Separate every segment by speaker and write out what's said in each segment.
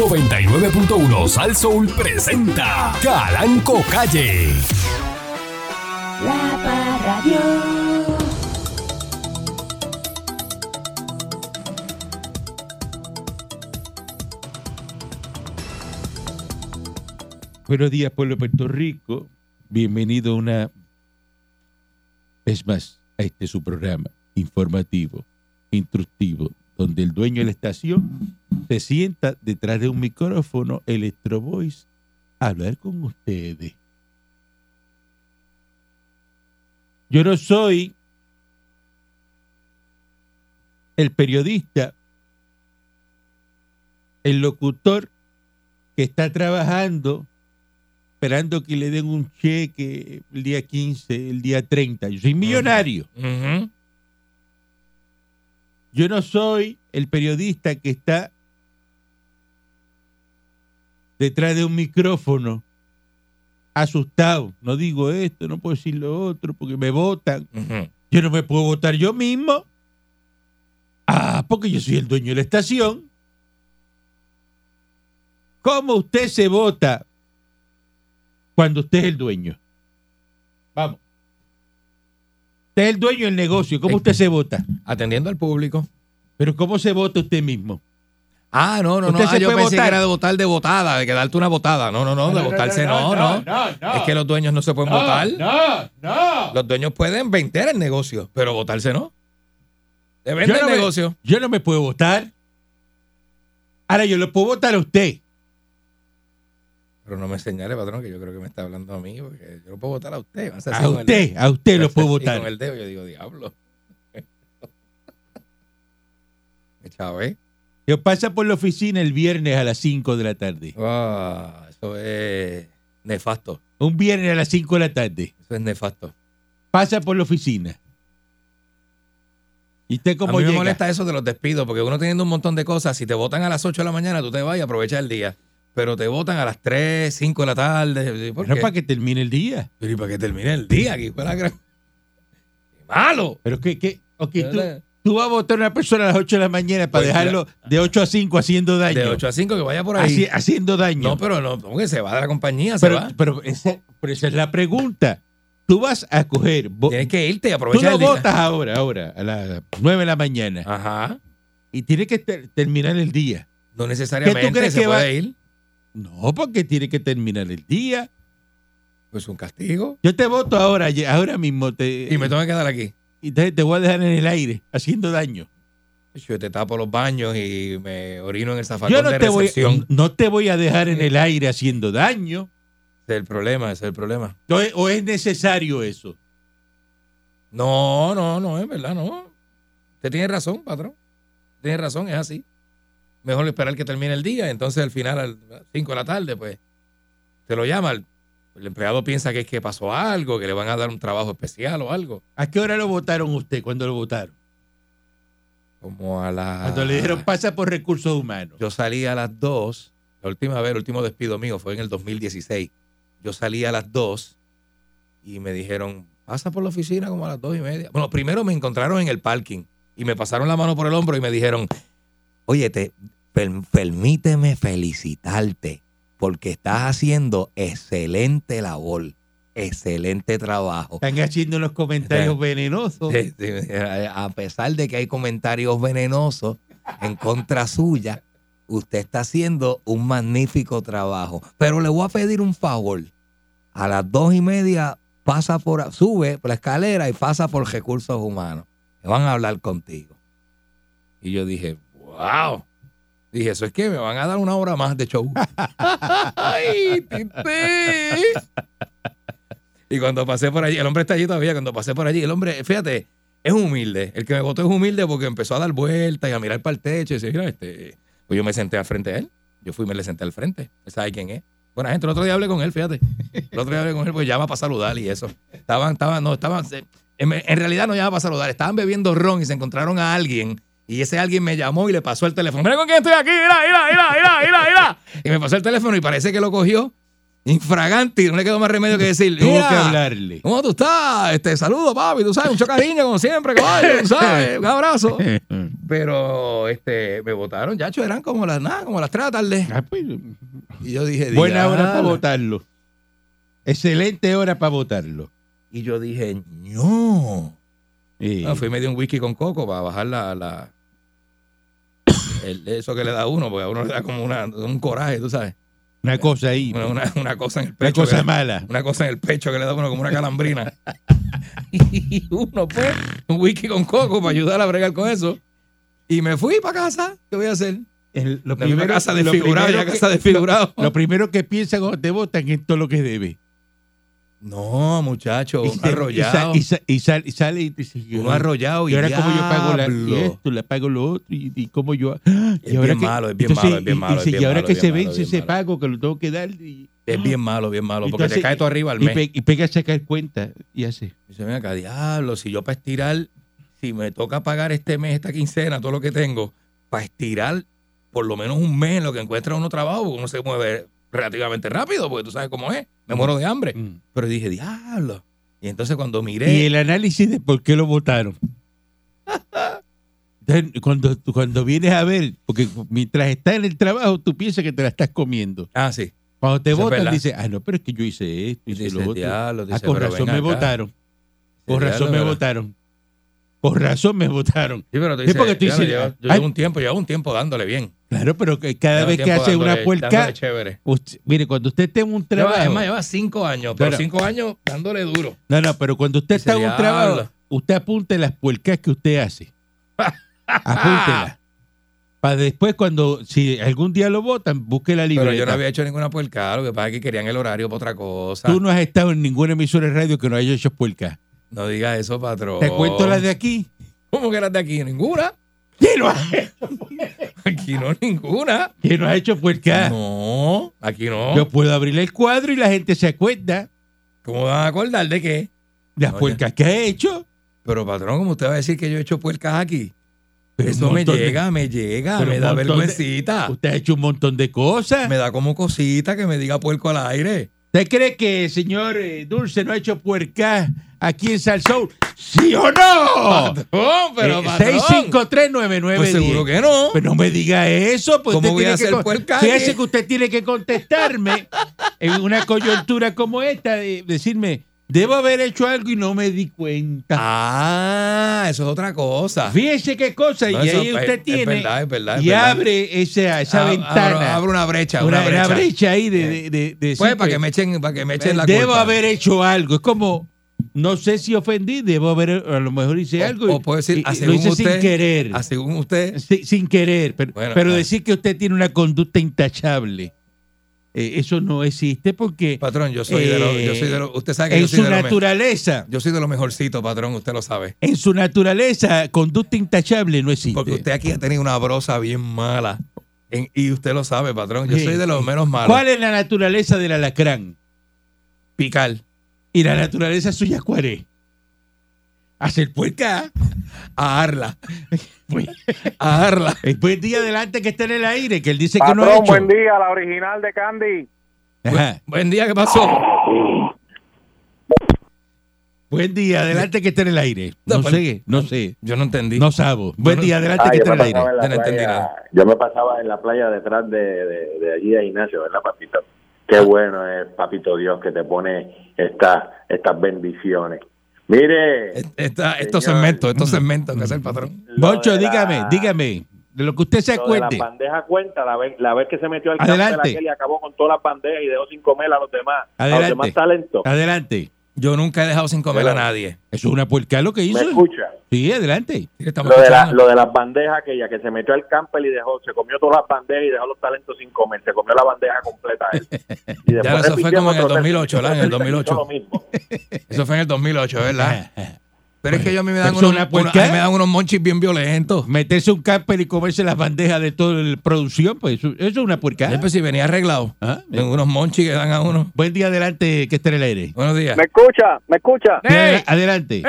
Speaker 1: 99.1 Sal Soul presenta Calanco Calle.
Speaker 2: La Parradio.
Speaker 3: Buenos días, pueblo de Puerto Rico. Bienvenido una vez más a este su programa informativo, instructivo, donde el dueño de la estación se sienta detrás de un micrófono Electro Voice a hablar con ustedes. Yo no soy el periodista, el locutor que está trabajando esperando que le den un cheque el día 15, el día 30. Yo soy millonario. Yo no soy el periodista que está detrás de un micrófono asustado. No digo esto, no puedo decir lo otro, porque me votan. Yo no me puedo votar yo mismo. Ah, porque yo soy el dueño de la estación. ¿Cómo usted se vota cuando usted es el dueño? Vamos. Usted es el dueño del negocio. ¿Cómo usted se vota?
Speaker 4: Atendiendo al público.
Speaker 3: Pero ¿cómo se vota usted mismo?
Speaker 4: Ah, no, no, no.
Speaker 3: Usted se
Speaker 4: Ah, yo
Speaker 3: puede
Speaker 4: pensé
Speaker 3: votar.
Speaker 4: que era de votar de botada, de que darte una botada. No, no, no, de votarse no, no. Es que los dueños no se pueden votar.
Speaker 3: No, no.
Speaker 4: Los dueños pueden vender el negocio, pero votarse no. Te vende
Speaker 3: Yo no,
Speaker 4: el
Speaker 3: me,
Speaker 4: negocio.
Speaker 3: yo no me puedo votar. Ahora yo lo puedo votar a usted.
Speaker 4: Pero no me señale, patrón, que yo creo que me está hablando a mí, porque yo lo puedo votar a usted. Vas así
Speaker 3: A
Speaker 4: con el
Speaker 3: usted, a usted
Speaker 4: dedo.
Speaker 3: lo
Speaker 4: Vas
Speaker 3: puedo
Speaker 4: así Con
Speaker 3: votar.
Speaker 4: el dedo, yo digo, diablo. Me ¿eh? chavé.
Speaker 3: Yo pasa por la oficina el viernes a las 5 de la tarde.
Speaker 4: Ah, eso es nefasto.
Speaker 3: Un viernes a las 5 de la tarde.
Speaker 4: Eso es nefasto.
Speaker 3: Pasa por la oficina. ¿Y usted
Speaker 4: a
Speaker 3: cómo
Speaker 4: mí
Speaker 3: llega?
Speaker 4: me molesta eso de los despidos, porque uno teniendo un montón de cosas, si te votan a las 8 de la mañana, tú te vas y aprovechas el día. Pero te votan a las 3, 5 de la tarde. ¿Por
Speaker 3: Bueno,
Speaker 4: qué?
Speaker 3: para que termine el día.
Speaker 4: Pero ¿y para que termine el día aquí? fue la gran- ¡Qué ¡Malo!
Speaker 3: Pero que, que, ok,
Speaker 4: Yo
Speaker 3: tú,
Speaker 4: le-
Speaker 3: tú vas a votar a una persona a las 8 de la mañana para
Speaker 4: Pues,
Speaker 3: dejarlo de 8 a 5 haciendo daño.
Speaker 4: De 8 a 5 que vaya por ahí.
Speaker 3: Haci- haciendo daño.
Speaker 4: No, pero no, porque se va de la compañía, se
Speaker 3: Pero,
Speaker 4: va.
Speaker 3: pero esa, pero esa es la pregunta. Tú vas a coger. vo-
Speaker 4: Tienes que irte y
Speaker 3: tú
Speaker 4: aprovechar
Speaker 3: lo
Speaker 4: el día.
Speaker 3: votas ahora, ahora, a las 9 de la mañana.
Speaker 4: Ah. Ajá.
Speaker 3: Y tiene que ter- terminar el día.
Speaker 4: No necesariamente
Speaker 3: crees
Speaker 4: se
Speaker 3: que va-
Speaker 4: puede ir.
Speaker 3: No, porque tiene que terminar el día.
Speaker 4: Pues un castigo.
Speaker 3: Yo te voto ahora, ye- ahora mismo. Te,
Speaker 4: Y me tengo que quedar aquí.
Speaker 3: y te, te voy a dejar en el aire, haciendo daño.
Speaker 4: Yo te tapo los baños y me orino en el zafacón
Speaker 3: Yo no
Speaker 4: de
Speaker 3: te, voy, Mm.
Speaker 4: recepción.
Speaker 3: no te voy a dejar en el aire haciendo daño.
Speaker 4: Ese es el problema, ese es el problema.
Speaker 3: ¿O es- ¿O es necesario eso?
Speaker 4: No, no, no, es verdad, no. Usted tiene razón, patrón. Tiene razón, es así. Mejor esperar que termine el día, entonces al final, a las 5 de la tarde, pues, te lo llama. El, el empleado piensa que es que pasó algo, que le van a dar un trabajo especial o algo.
Speaker 3: ¿A qué hora lo votaron usted cuando lo votaron?
Speaker 4: Como a la...
Speaker 3: Cuando le dijeron pasa por recursos humanos.
Speaker 4: Yo salí a las 2, la última vez, el último despido mío fue en el 2016. Yo salí a las 2 y me dijeron, pasa por la oficina como a las 2 y media. Bueno, primero me encontraron en el parking y me pasaron la mano por el hombro y me dijeron, oye, te, per- permíteme felicitarte porque estás haciendo excelente labor, excelente trabajo.
Speaker 3: Están haciendo los comentarios
Speaker 4: Sí.
Speaker 3: venenosos.
Speaker 4: Sí, sí, eh, a pesar de que hay comentarios venenosos en contra suya, usted está haciendo un magnífico trabajo. Pero le voy a pedir un favor. A las dos y media pasa por, sube por la escalera y pasa por recursos humanos. Me van a hablar contigo. Y yo dije, wow. Dije, eso es que me van a dar una hora más de show. ¡Ay, Tite! Y cuando pasé por allí, el hombre está allí todavía, cuando pasé por allí, el hombre, fíjate, es humilde. El que me votó es humilde porque empezó a dar vueltas y a mirar para el techo y decir, mira, este... Pues yo me senté al frente de él. Yo fui y me le senté al frente. Él sabe quién es. Buena gente, el otro día hablé con él, fíjate. El otro día hablé con él porque llama para saludar y eso. Estaban, estaban, no, estaban... se- En, en realidad no llama para saludar, estaban bebiendo ron y se encontraron a alguien. Y ese alguien me llamó y le pasó el teléfono. Mira con quién estoy aquí, mira, mira, mira, mira, mira, mira. Y me pasó el teléfono y parece que lo cogió Infragante, no le quedó más remedio que decir.
Speaker 3: Tuvo que
Speaker 4: "Mira,
Speaker 3: hablarle.
Speaker 4: ¿Cómo tú estás? Este, saludo, papi, tú sabes, mucho cariño, como siempre, caballo, tú sabes, un abrazo. Pero este, me votaron, ya eran como las nada, como las tres de la tarde.
Speaker 3: Ah, pues,
Speaker 4: Y yo dije,
Speaker 3: buena hora para
Speaker 4: "Diablo".
Speaker 3: votarlo. Excelente hora para votarlo.
Speaker 4: Y yo dije, no.
Speaker 3: Eh,
Speaker 4: Ah, fui y me di un whisky con coco para bajar la. la- el- eso que le da a uno, porque a uno le da como una, un coraje, tú sabes.
Speaker 3: una cosa ahí,
Speaker 4: Una, una- una cosa en el
Speaker 3: una
Speaker 4: pecho. que
Speaker 3: cosa
Speaker 4: le-
Speaker 3: mala.
Speaker 4: una cosa en el pecho que le da a uno como una calambrina. y uno, pues, un whisky con coco para ayudar a bregar con eso. Y me fui para casa. ¿Qué voy a hacer?
Speaker 3: El- lo,
Speaker 4: Me fui para casa
Speaker 3: lo
Speaker 4: desfigurado,
Speaker 3: primero
Speaker 4: ya
Speaker 3: que-
Speaker 4: casa desfigurado.
Speaker 3: lo primero que piensan cuando te votan es todo lo que debe.
Speaker 4: No, muchacho,
Speaker 3: Y
Speaker 4: un
Speaker 3: se- y
Speaker 4: arrollado.
Speaker 3: sa- Y, sa- y sal- y sale y dice,
Speaker 4: Un arrollado y
Speaker 3: Y ahora como yo pago la, y
Speaker 4: diablo.
Speaker 3: esto, le pago lo otro, y, y como yo...
Speaker 4: Es bien malo, es bien malo, es bien malo, es
Speaker 3: Dice,
Speaker 4: bien
Speaker 3: y ahora
Speaker 4: malo,
Speaker 3: que
Speaker 4: es
Speaker 3: se
Speaker 4: bien malo,
Speaker 3: vence
Speaker 4: es
Speaker 3: ese
Speaker 4: bien malo".
Speaker 3: pago que lo tengo que dar y,
Speaker 4: Es bien malo, bien malo, porque
Speaker 3: Entonces,
Speaker 4: te cae todo arriba al
Speaker 3: y
Speaker 4: mes.
Speaker 3: pe- y pega a sacar cuenta y hace.
Speaker 4: Dice, ven acá, diablo, si yo para estirar, si me toca pagar este mes, esta quincena, todo lo que tengo, para estirar por lo menos un mes en lo que encuentra uno trabajo, porque uno se mueve relativamente rápido, porque tú sabes cómo es, me muero de hambre. Pero dije, diablo. Y entonces cuando miré,
Speaker 3: Y el análisis de por qué lo votaron. Entonces, cuando, cuando vienes a ver, porque mientras estás en el trabajo, tú piensas que te la estás comiendo.
Speaker 4: ah, sí,
Speaker 3: Cuando te
Speaker 4: Eso es
Speaker 3: votan,
Speaker 4: verdad.
Speaker 3: dices, ah, no, pero es que yo hice esto,
Speaker 4: y
Speaker 3: hice
Speaker 4: dice,
Speaker 3: lo otro. Ah,
Speaker 4: diablo, dice,
Speaker 3: con
Speaker 4: pero
Speaker 3: razón
Speaker 4: ven
Speaker 3: me
Speaker 4: acá.
Speaker 3: votaron. Con
Speaker 4: Dice,
Speaker 3: razón me
Speaker 4: diablo,
Speaker 3: votaron. Con razón me votaron.
Speaker 4: Sí, pero tú
Speaker 3: Sí,
Speaker 4: dices,
Speaker 3: porque tú
Speaker 4: diablo,
Speaker 3: dices,
Speaker 4: yo, yo
Speaker 3: ay.
Speaker 4: llevo un tiempo, llevo un tiempo dándole bien.
Speaker 3: Claro, pero que cada
Speaker 4: Llevo
Speaker 3: vez
Speaker 4: un
Speaker 3: que
Speaker 4: tiempo
Speaker 3: hace una
Speaker 4: dándole-
Speaker 3: puerca,
Speaker 4: dándole chévere.
Speaker 3: usted- mire, cuando usted tenga un
Speaker 4: Lleva, es
Speaker 3: trabajo,
Speaker 4: más, lleva cinco años, pero
Speaker 3: Pero-
Speaker 4: cinco años dándole duro.
Speaker 3: no, no, pero cuando usted
Speaker 4: Dice,
Speaker 3: está en un
Speaker 4: "Diablo".
Speaker 3: trabajo, usted apunte las puercas que usted hace. Apúntelas. Para después, cuando, si algún día lo votan, busque la libreta.
Speaker 4: Pero yo no había hecho ninguna puerca, lo que pasa es que querían el horario para otra cosa.
Speaker 3: Tú no has estado en ninguna emisora de radio que no haya hecho puercas.
Speaker 4: No digas eso, patrón.
Speaker 3: Te cuento las de aquí.
Speaker 4: ¿Cómo que eras de aquí? Ninguna.
Speaker 3: ¿Quién no ha,
Speaker 4: Aquí no, ninguna.
Speaker 3: quién no ha hecho puercas?
Speaker 4: No, aquí no.
Speaker 3: Yo puedo abrir el cuadro y la gente se acuerda
Speaker 4: ¿Cómo van a acordar de qué?
Speaker 3: las
Speaker 4: No,
Speaker 3: puercas que ha hecho.
Speaker 4: Pero, patrón, ¿cómo usted va a decir que yo he hecho puercas aquí?
Speaker 3: Pero
Speaker 4: eso
Speaker 3: un
Speaker 4: me
Speaker 3: montón de-
Speaker 4: llega, me llega,
Speaker 3: pero
Speaker 4: me
Speaker 3: un
Speaker 4: da
Speaker 3: montón de-
Speaker 4: vergüencita.
Speaker 3: Usted ha hecho un montón de cosas.
Speaker 4: Me da como cosita que me diga puerco al aire.
Speaker 3: ¿Usted cree que el señor eh, Dulce no ha hecho puercas aquí en Salsoul? ¿Sí o no?
Speaker 4: Ah, Patrón,
Speaker 3: Eh, 6539910.
Speaker 4: Pues seguro que no.
Speaker 3: Pero no me diga eso. Pues usted
Speaker 4: ¿Cómo voy a
Speaker 3: tiene que
Speaker 4: hacer
Speaker 3: con-
Speaker 4: puerca
Speaker 3: Fíjese
Speaker 4: aquí?
Speaker 3: que usted tiene que contestarme en una coyuntura como esta, de decirme, debo haber hecho algo y no me di cuenta.
Speaker 4: Ah, eso es otra cosa.
Speaker 3: Fíjese qué cosa,
Speaker 4: Ah. No,
Speaker 3: y
Speaker 4: eso
Speaker 3: ahí
Speaker 4: es-
Speaker 3: usted
Speaker 4: es
Speaker 3: tiene
Speaker 4: verdad, es verdad, es
Speaker 3: y
Speaker 4: verdad.
Speaker 3: abre esa, esa
Speaker 4: Ab-
Speaker 3: ventana,
Speaker 4: Ah, Abro, abro una brecha,
Speaker 3: una,
Speaker 4: una,
Speaker 3: una brecha. ahí de, de, de- de
Speaker 4: Pues
Speaker 3: decir,
Speaker 4: para que me echen, para que me echen la
Speaker 3: debo
Speaker 4: culpa.
Speaker 3: haber hecho algo. Es como, no sé si ofendí, debo haber, a lo mejor hice
Speaker 4: O-
Speaker 3: algo.
Speaker 4: o puedo decir,
Speaker 3: y- y
Speaker 4: ah,
Speaker 3: lo
Speaker 4: según
Speaker 3: hice sin
Speaker 4: usted,
Speaker 3: querer.
Speaker 4: Ah, según usted,
Speaker 3: Sí, sin querer, pero,
Speaker 4: Bueno,
Speaker 3: pero
Speaker 4: ah.
Speaker 3: decir que usted tiene una conducta intachable, eh, eso no existe porque
Speaker 4: patrón, yo soy de lo, yo soy de lo, usted sabe que
Speaker 3: Eh, en
Speaker 4: yo soy
Speaker 3: su
Speaker 4: de lo mejor.
Speaker 3: naturaleza,
Speaker 4: Yo soy de lo mejorcito, patrón, usted lo sabe.
Speaker 3: en su naturaleza, conducta intachable no existe.
Speaker 4: Porque usted aquí ha tenido una brosa bien mala. En- y usted lo sabe, patrón. Yo
Speaker 3: Sí,
Speaker 4: soy de los
Speaker 3: sí.
Speaker 4: menos malos.
Speaker 3: ¿Cuál es la naturaleza del alacrán?
Speaker 4: Picar.
Speaker 3: Y la naturaleza suya, ¿cuál es? Hacer puerca.
Speaker 4: A Arla.
Speaker 3: Pues,
Speaker 4: A Arla.
Speaker 3: el buen día adelante que está en el aire, que él dice que no ha
Speaker 5: Patrón,
Speaker 3: hecho.
Speaker 5: buen día, la original de Candy.
Speaker 3: Ajá.
Speaker 4: Buen día, ¿qué pasó?
Speaker 3: Buen día, adelante que está en el aire.
Speaker 4: No,
Speaker 3: No
Speaker 4: pues-
Speaker 3: sé, no sé,
Speaker 4: Yo no entendí.
Speaker 3: no sabo. Buen
Speaker 4: no-
Speaker 3: día,
Speaker 6: Ah,
Speaker 3: adelante que está en el aire.
Speaker 4: la Yo no entendí playa- nada.
Speaker 6: yo me pasaba en la playa detrás de, de, de allí de Ignacio, ¿verdad, papito? Qué bueno es, papito Dios, que te pone esta, estas bendiciones. Mire,
Speaker 4: Est- esta- estos
Speaker 6: Señor.
Speaker 4: segmentos, estos segmentos que hace el patrón.
Speaker 6: lo
Speaker 3: Boncho,
Speaker 6: de la-
Speaker 3: dígame, dígame, de lo que usted se
Speaker 6: lo de la
Speaker 3: acuerde.
Speaker 6: bandeja cuenta, la vez, la vez que se metió al campo de
Speaker 3: Adelante.
Speaker 6: aquel y acabó con todas las bandejas y dejó sin comer a los demás, a
Speaker 3: Adelante.
Speaker 6: los demás talentos.
Speaker 3: Adelante.
Speaker 4: Yo nunca he dejado sin comer a
Speaker 6: Pero-
Speaker 4: nadie.
Speaker 3: Eso es una puerca lo que
Speaker 6: ¿Me
Speaker 3: hizo.
Speaker 6: escucha?
Speaker 3: Sí, adelante.
Speaker 4: Estamos
Speaker 6: Lo de, la,
Speaker 4: escuchando.
Speaker 6: lo de las bandejas aquella que se metió al camper y dejó, se comió todas las bandejas y dejó los talentos sin comer, se comió la bandeja completa él. Y después
Speaker 4: Ya, eso fue
Speaker 6: repitió
Speaker 4: como en el
Speaker 6: otro
Speaker 4: 2008,
Speaker 6: tercio,
Speaker 4: ¿verdad? En el
Speaker 6: hizo
Speaker 4: 2008.
Speaker 6: lo mismo.
Speaker 4: Eso fue en el 2008, ¿verdad?
Speaker 3: Eh, Ah,
Speaker 4: Pero es que yo a mí me dan,
Speaker 3: Eso
Speaker 4: unos,
Speaker 3: una
Speaker 4: unos-
Speaker 3: puerca.
Speaker 4: a mí me dan unos monchis bien violentos.
Speaker 3: ah. Meterse un camper y comerse las bandejas de toda la producción, pues eso, eso es una
Speaker 4: Sí,
Speaker 3: puerca.
Speaker 4: pues si venía arreglado.
Speaker 3: Ah, eh.
Speaker 4: Tengo unos monchis que dan a uno.
Speaker 3: Buen día, adelante que esté en el aire.
Speaker 4: Buenos días.
Speaker 5: ¿Me escucha? ¿Me escucha?
Speaker 3: Sí, adela- Adelante.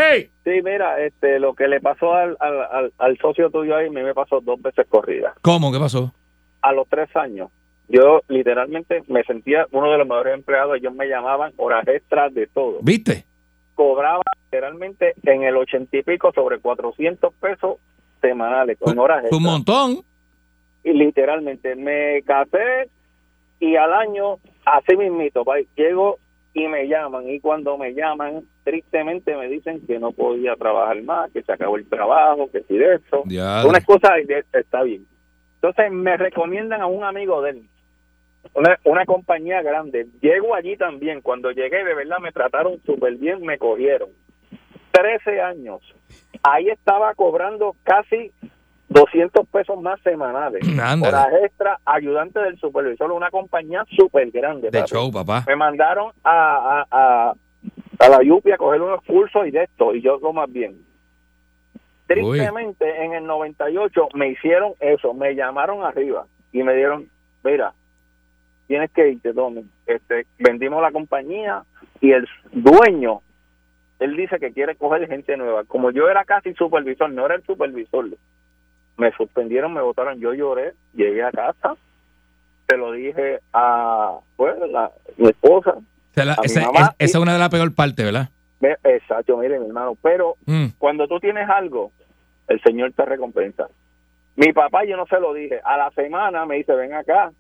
Speaker 5: Sí, mira, este, lo que le pasó al, al, al- al socio tuyo ahí, a mí me pasó dos veces corrida.
Speaker 4: ¿Cómo? ¿Qué pasó?
Speaker 5: A los tres años, Yo literalmente me sentía uno de los mejores empleados. Ellos me llamaban horas extras de todo.
Speaker 4: ¿Viste?
Speaker 5: Cobraba literalmente en el ochenta y pico sobre 400 pesos semanales con
Speaker 4: Fue-
Speaker 5: horas
Speaker 4: fue un
Speaker 5: extras.
Speaker 4: montón.
Speaker 5: Y literalmente me casé y al año, así mismito, pa, llego y me llaman. Y cuando me llaman, tristemente me dicen que no podía trabajar más, que se acabó el trabajo, que si de eso.
Speaker 4: Ya.
Speaker 5: Una excusa y de- está bien. Entonces me recomiendan a un amigo de él, una, una compañía grande. Llego allí también. Cuando llegué, de verdad me trataron súper bien, me cogieron. 13 años. Ahí estaba cobrando casi 200 pesos más semanales.
Speaker 4: Mm, Ándale.
Speaker 5: Horas extra, ayudante del supervisor, una compañía súper grande.
Speaker 4: De
Speaker 5: papi.
Speaker 4: show, papá.
Speaker 5: Me mandaron a, a, a, a la Yupi a coger unos cursos y de esto, y yo lo más bien. Tristemente, en el 98 me hicieron eso, me llamaron arriba y me dieron, mira, tienes que irte, Tommy. Este, vendimos la compañía y el dueño, él dice que quiere coger gente nueva. Como yo era casi supervisor, no era el supervisor, me suspendieron, me votaron, yo lloré, llegué a casa, se lo dije a pues, la- mi esposa,
Speaker 4: Se la-
Speaker 5: a mi
Speaker 4: esa,
Speaker 5: mamá
Speaker 4: es-
Speaker 5: y-
Speaker 4: esa es una de las peor partes, ¿verdad?
Speaker 5: Ve- Exacto, mire mi hermano, pero
Speaker 4: Mm.
Speaker 5: cuando tú tienes algo, el Señor te recompensa. Mi papá, yo no se lo dije, a la semana me dice, ven acá,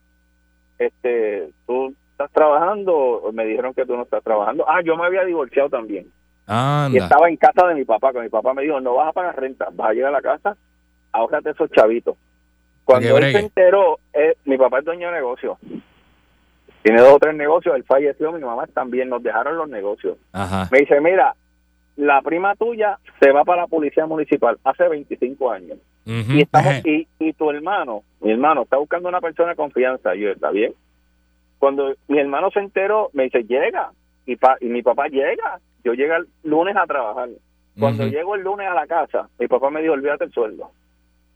Speaker 5: este, tú estás trabajando, me dijeron que tú no estás trabajando. Ah, yo me había divorciado también. Y
Speaker 4: Anda.
Speaker 5: estaba en casa de mi papá, que mi papá me dijo, no vas a pagar renta, vas a llegar a la casa, ahórrate esos chavitos. Cuando
Speaker 4: Para que
Speaker 5: él se
Speaker 4: bregue.
Speaker 5: enteró, eh, mi papá es dueño de negocio. Tiene dos o tres negocios, él falleció, mi mamá también, nos dejaron los negocios.
Speaker 4: Ajá.
Speaker 5: Me dice, mira, la prima tuya se va para la policía municipal hace 25 años.
Speaker 4: Ujú.
Speaker 5: Y, estamos,
Speaker 4: Ejé.
Speaker 5: y, y tu hermano, mi hermano, está buscando una persona de confianza. Y yo, ¿está bien? Cuando mi hermano se enteró, me dice, llega. Y, pa- y mi papá llega. Yo llego el lunes a trabajar. Cuando
Speaker 4: Ujú.
Speaker 5: llego el lunes a la casa, mi papá me dijo, olvídate el sueldo,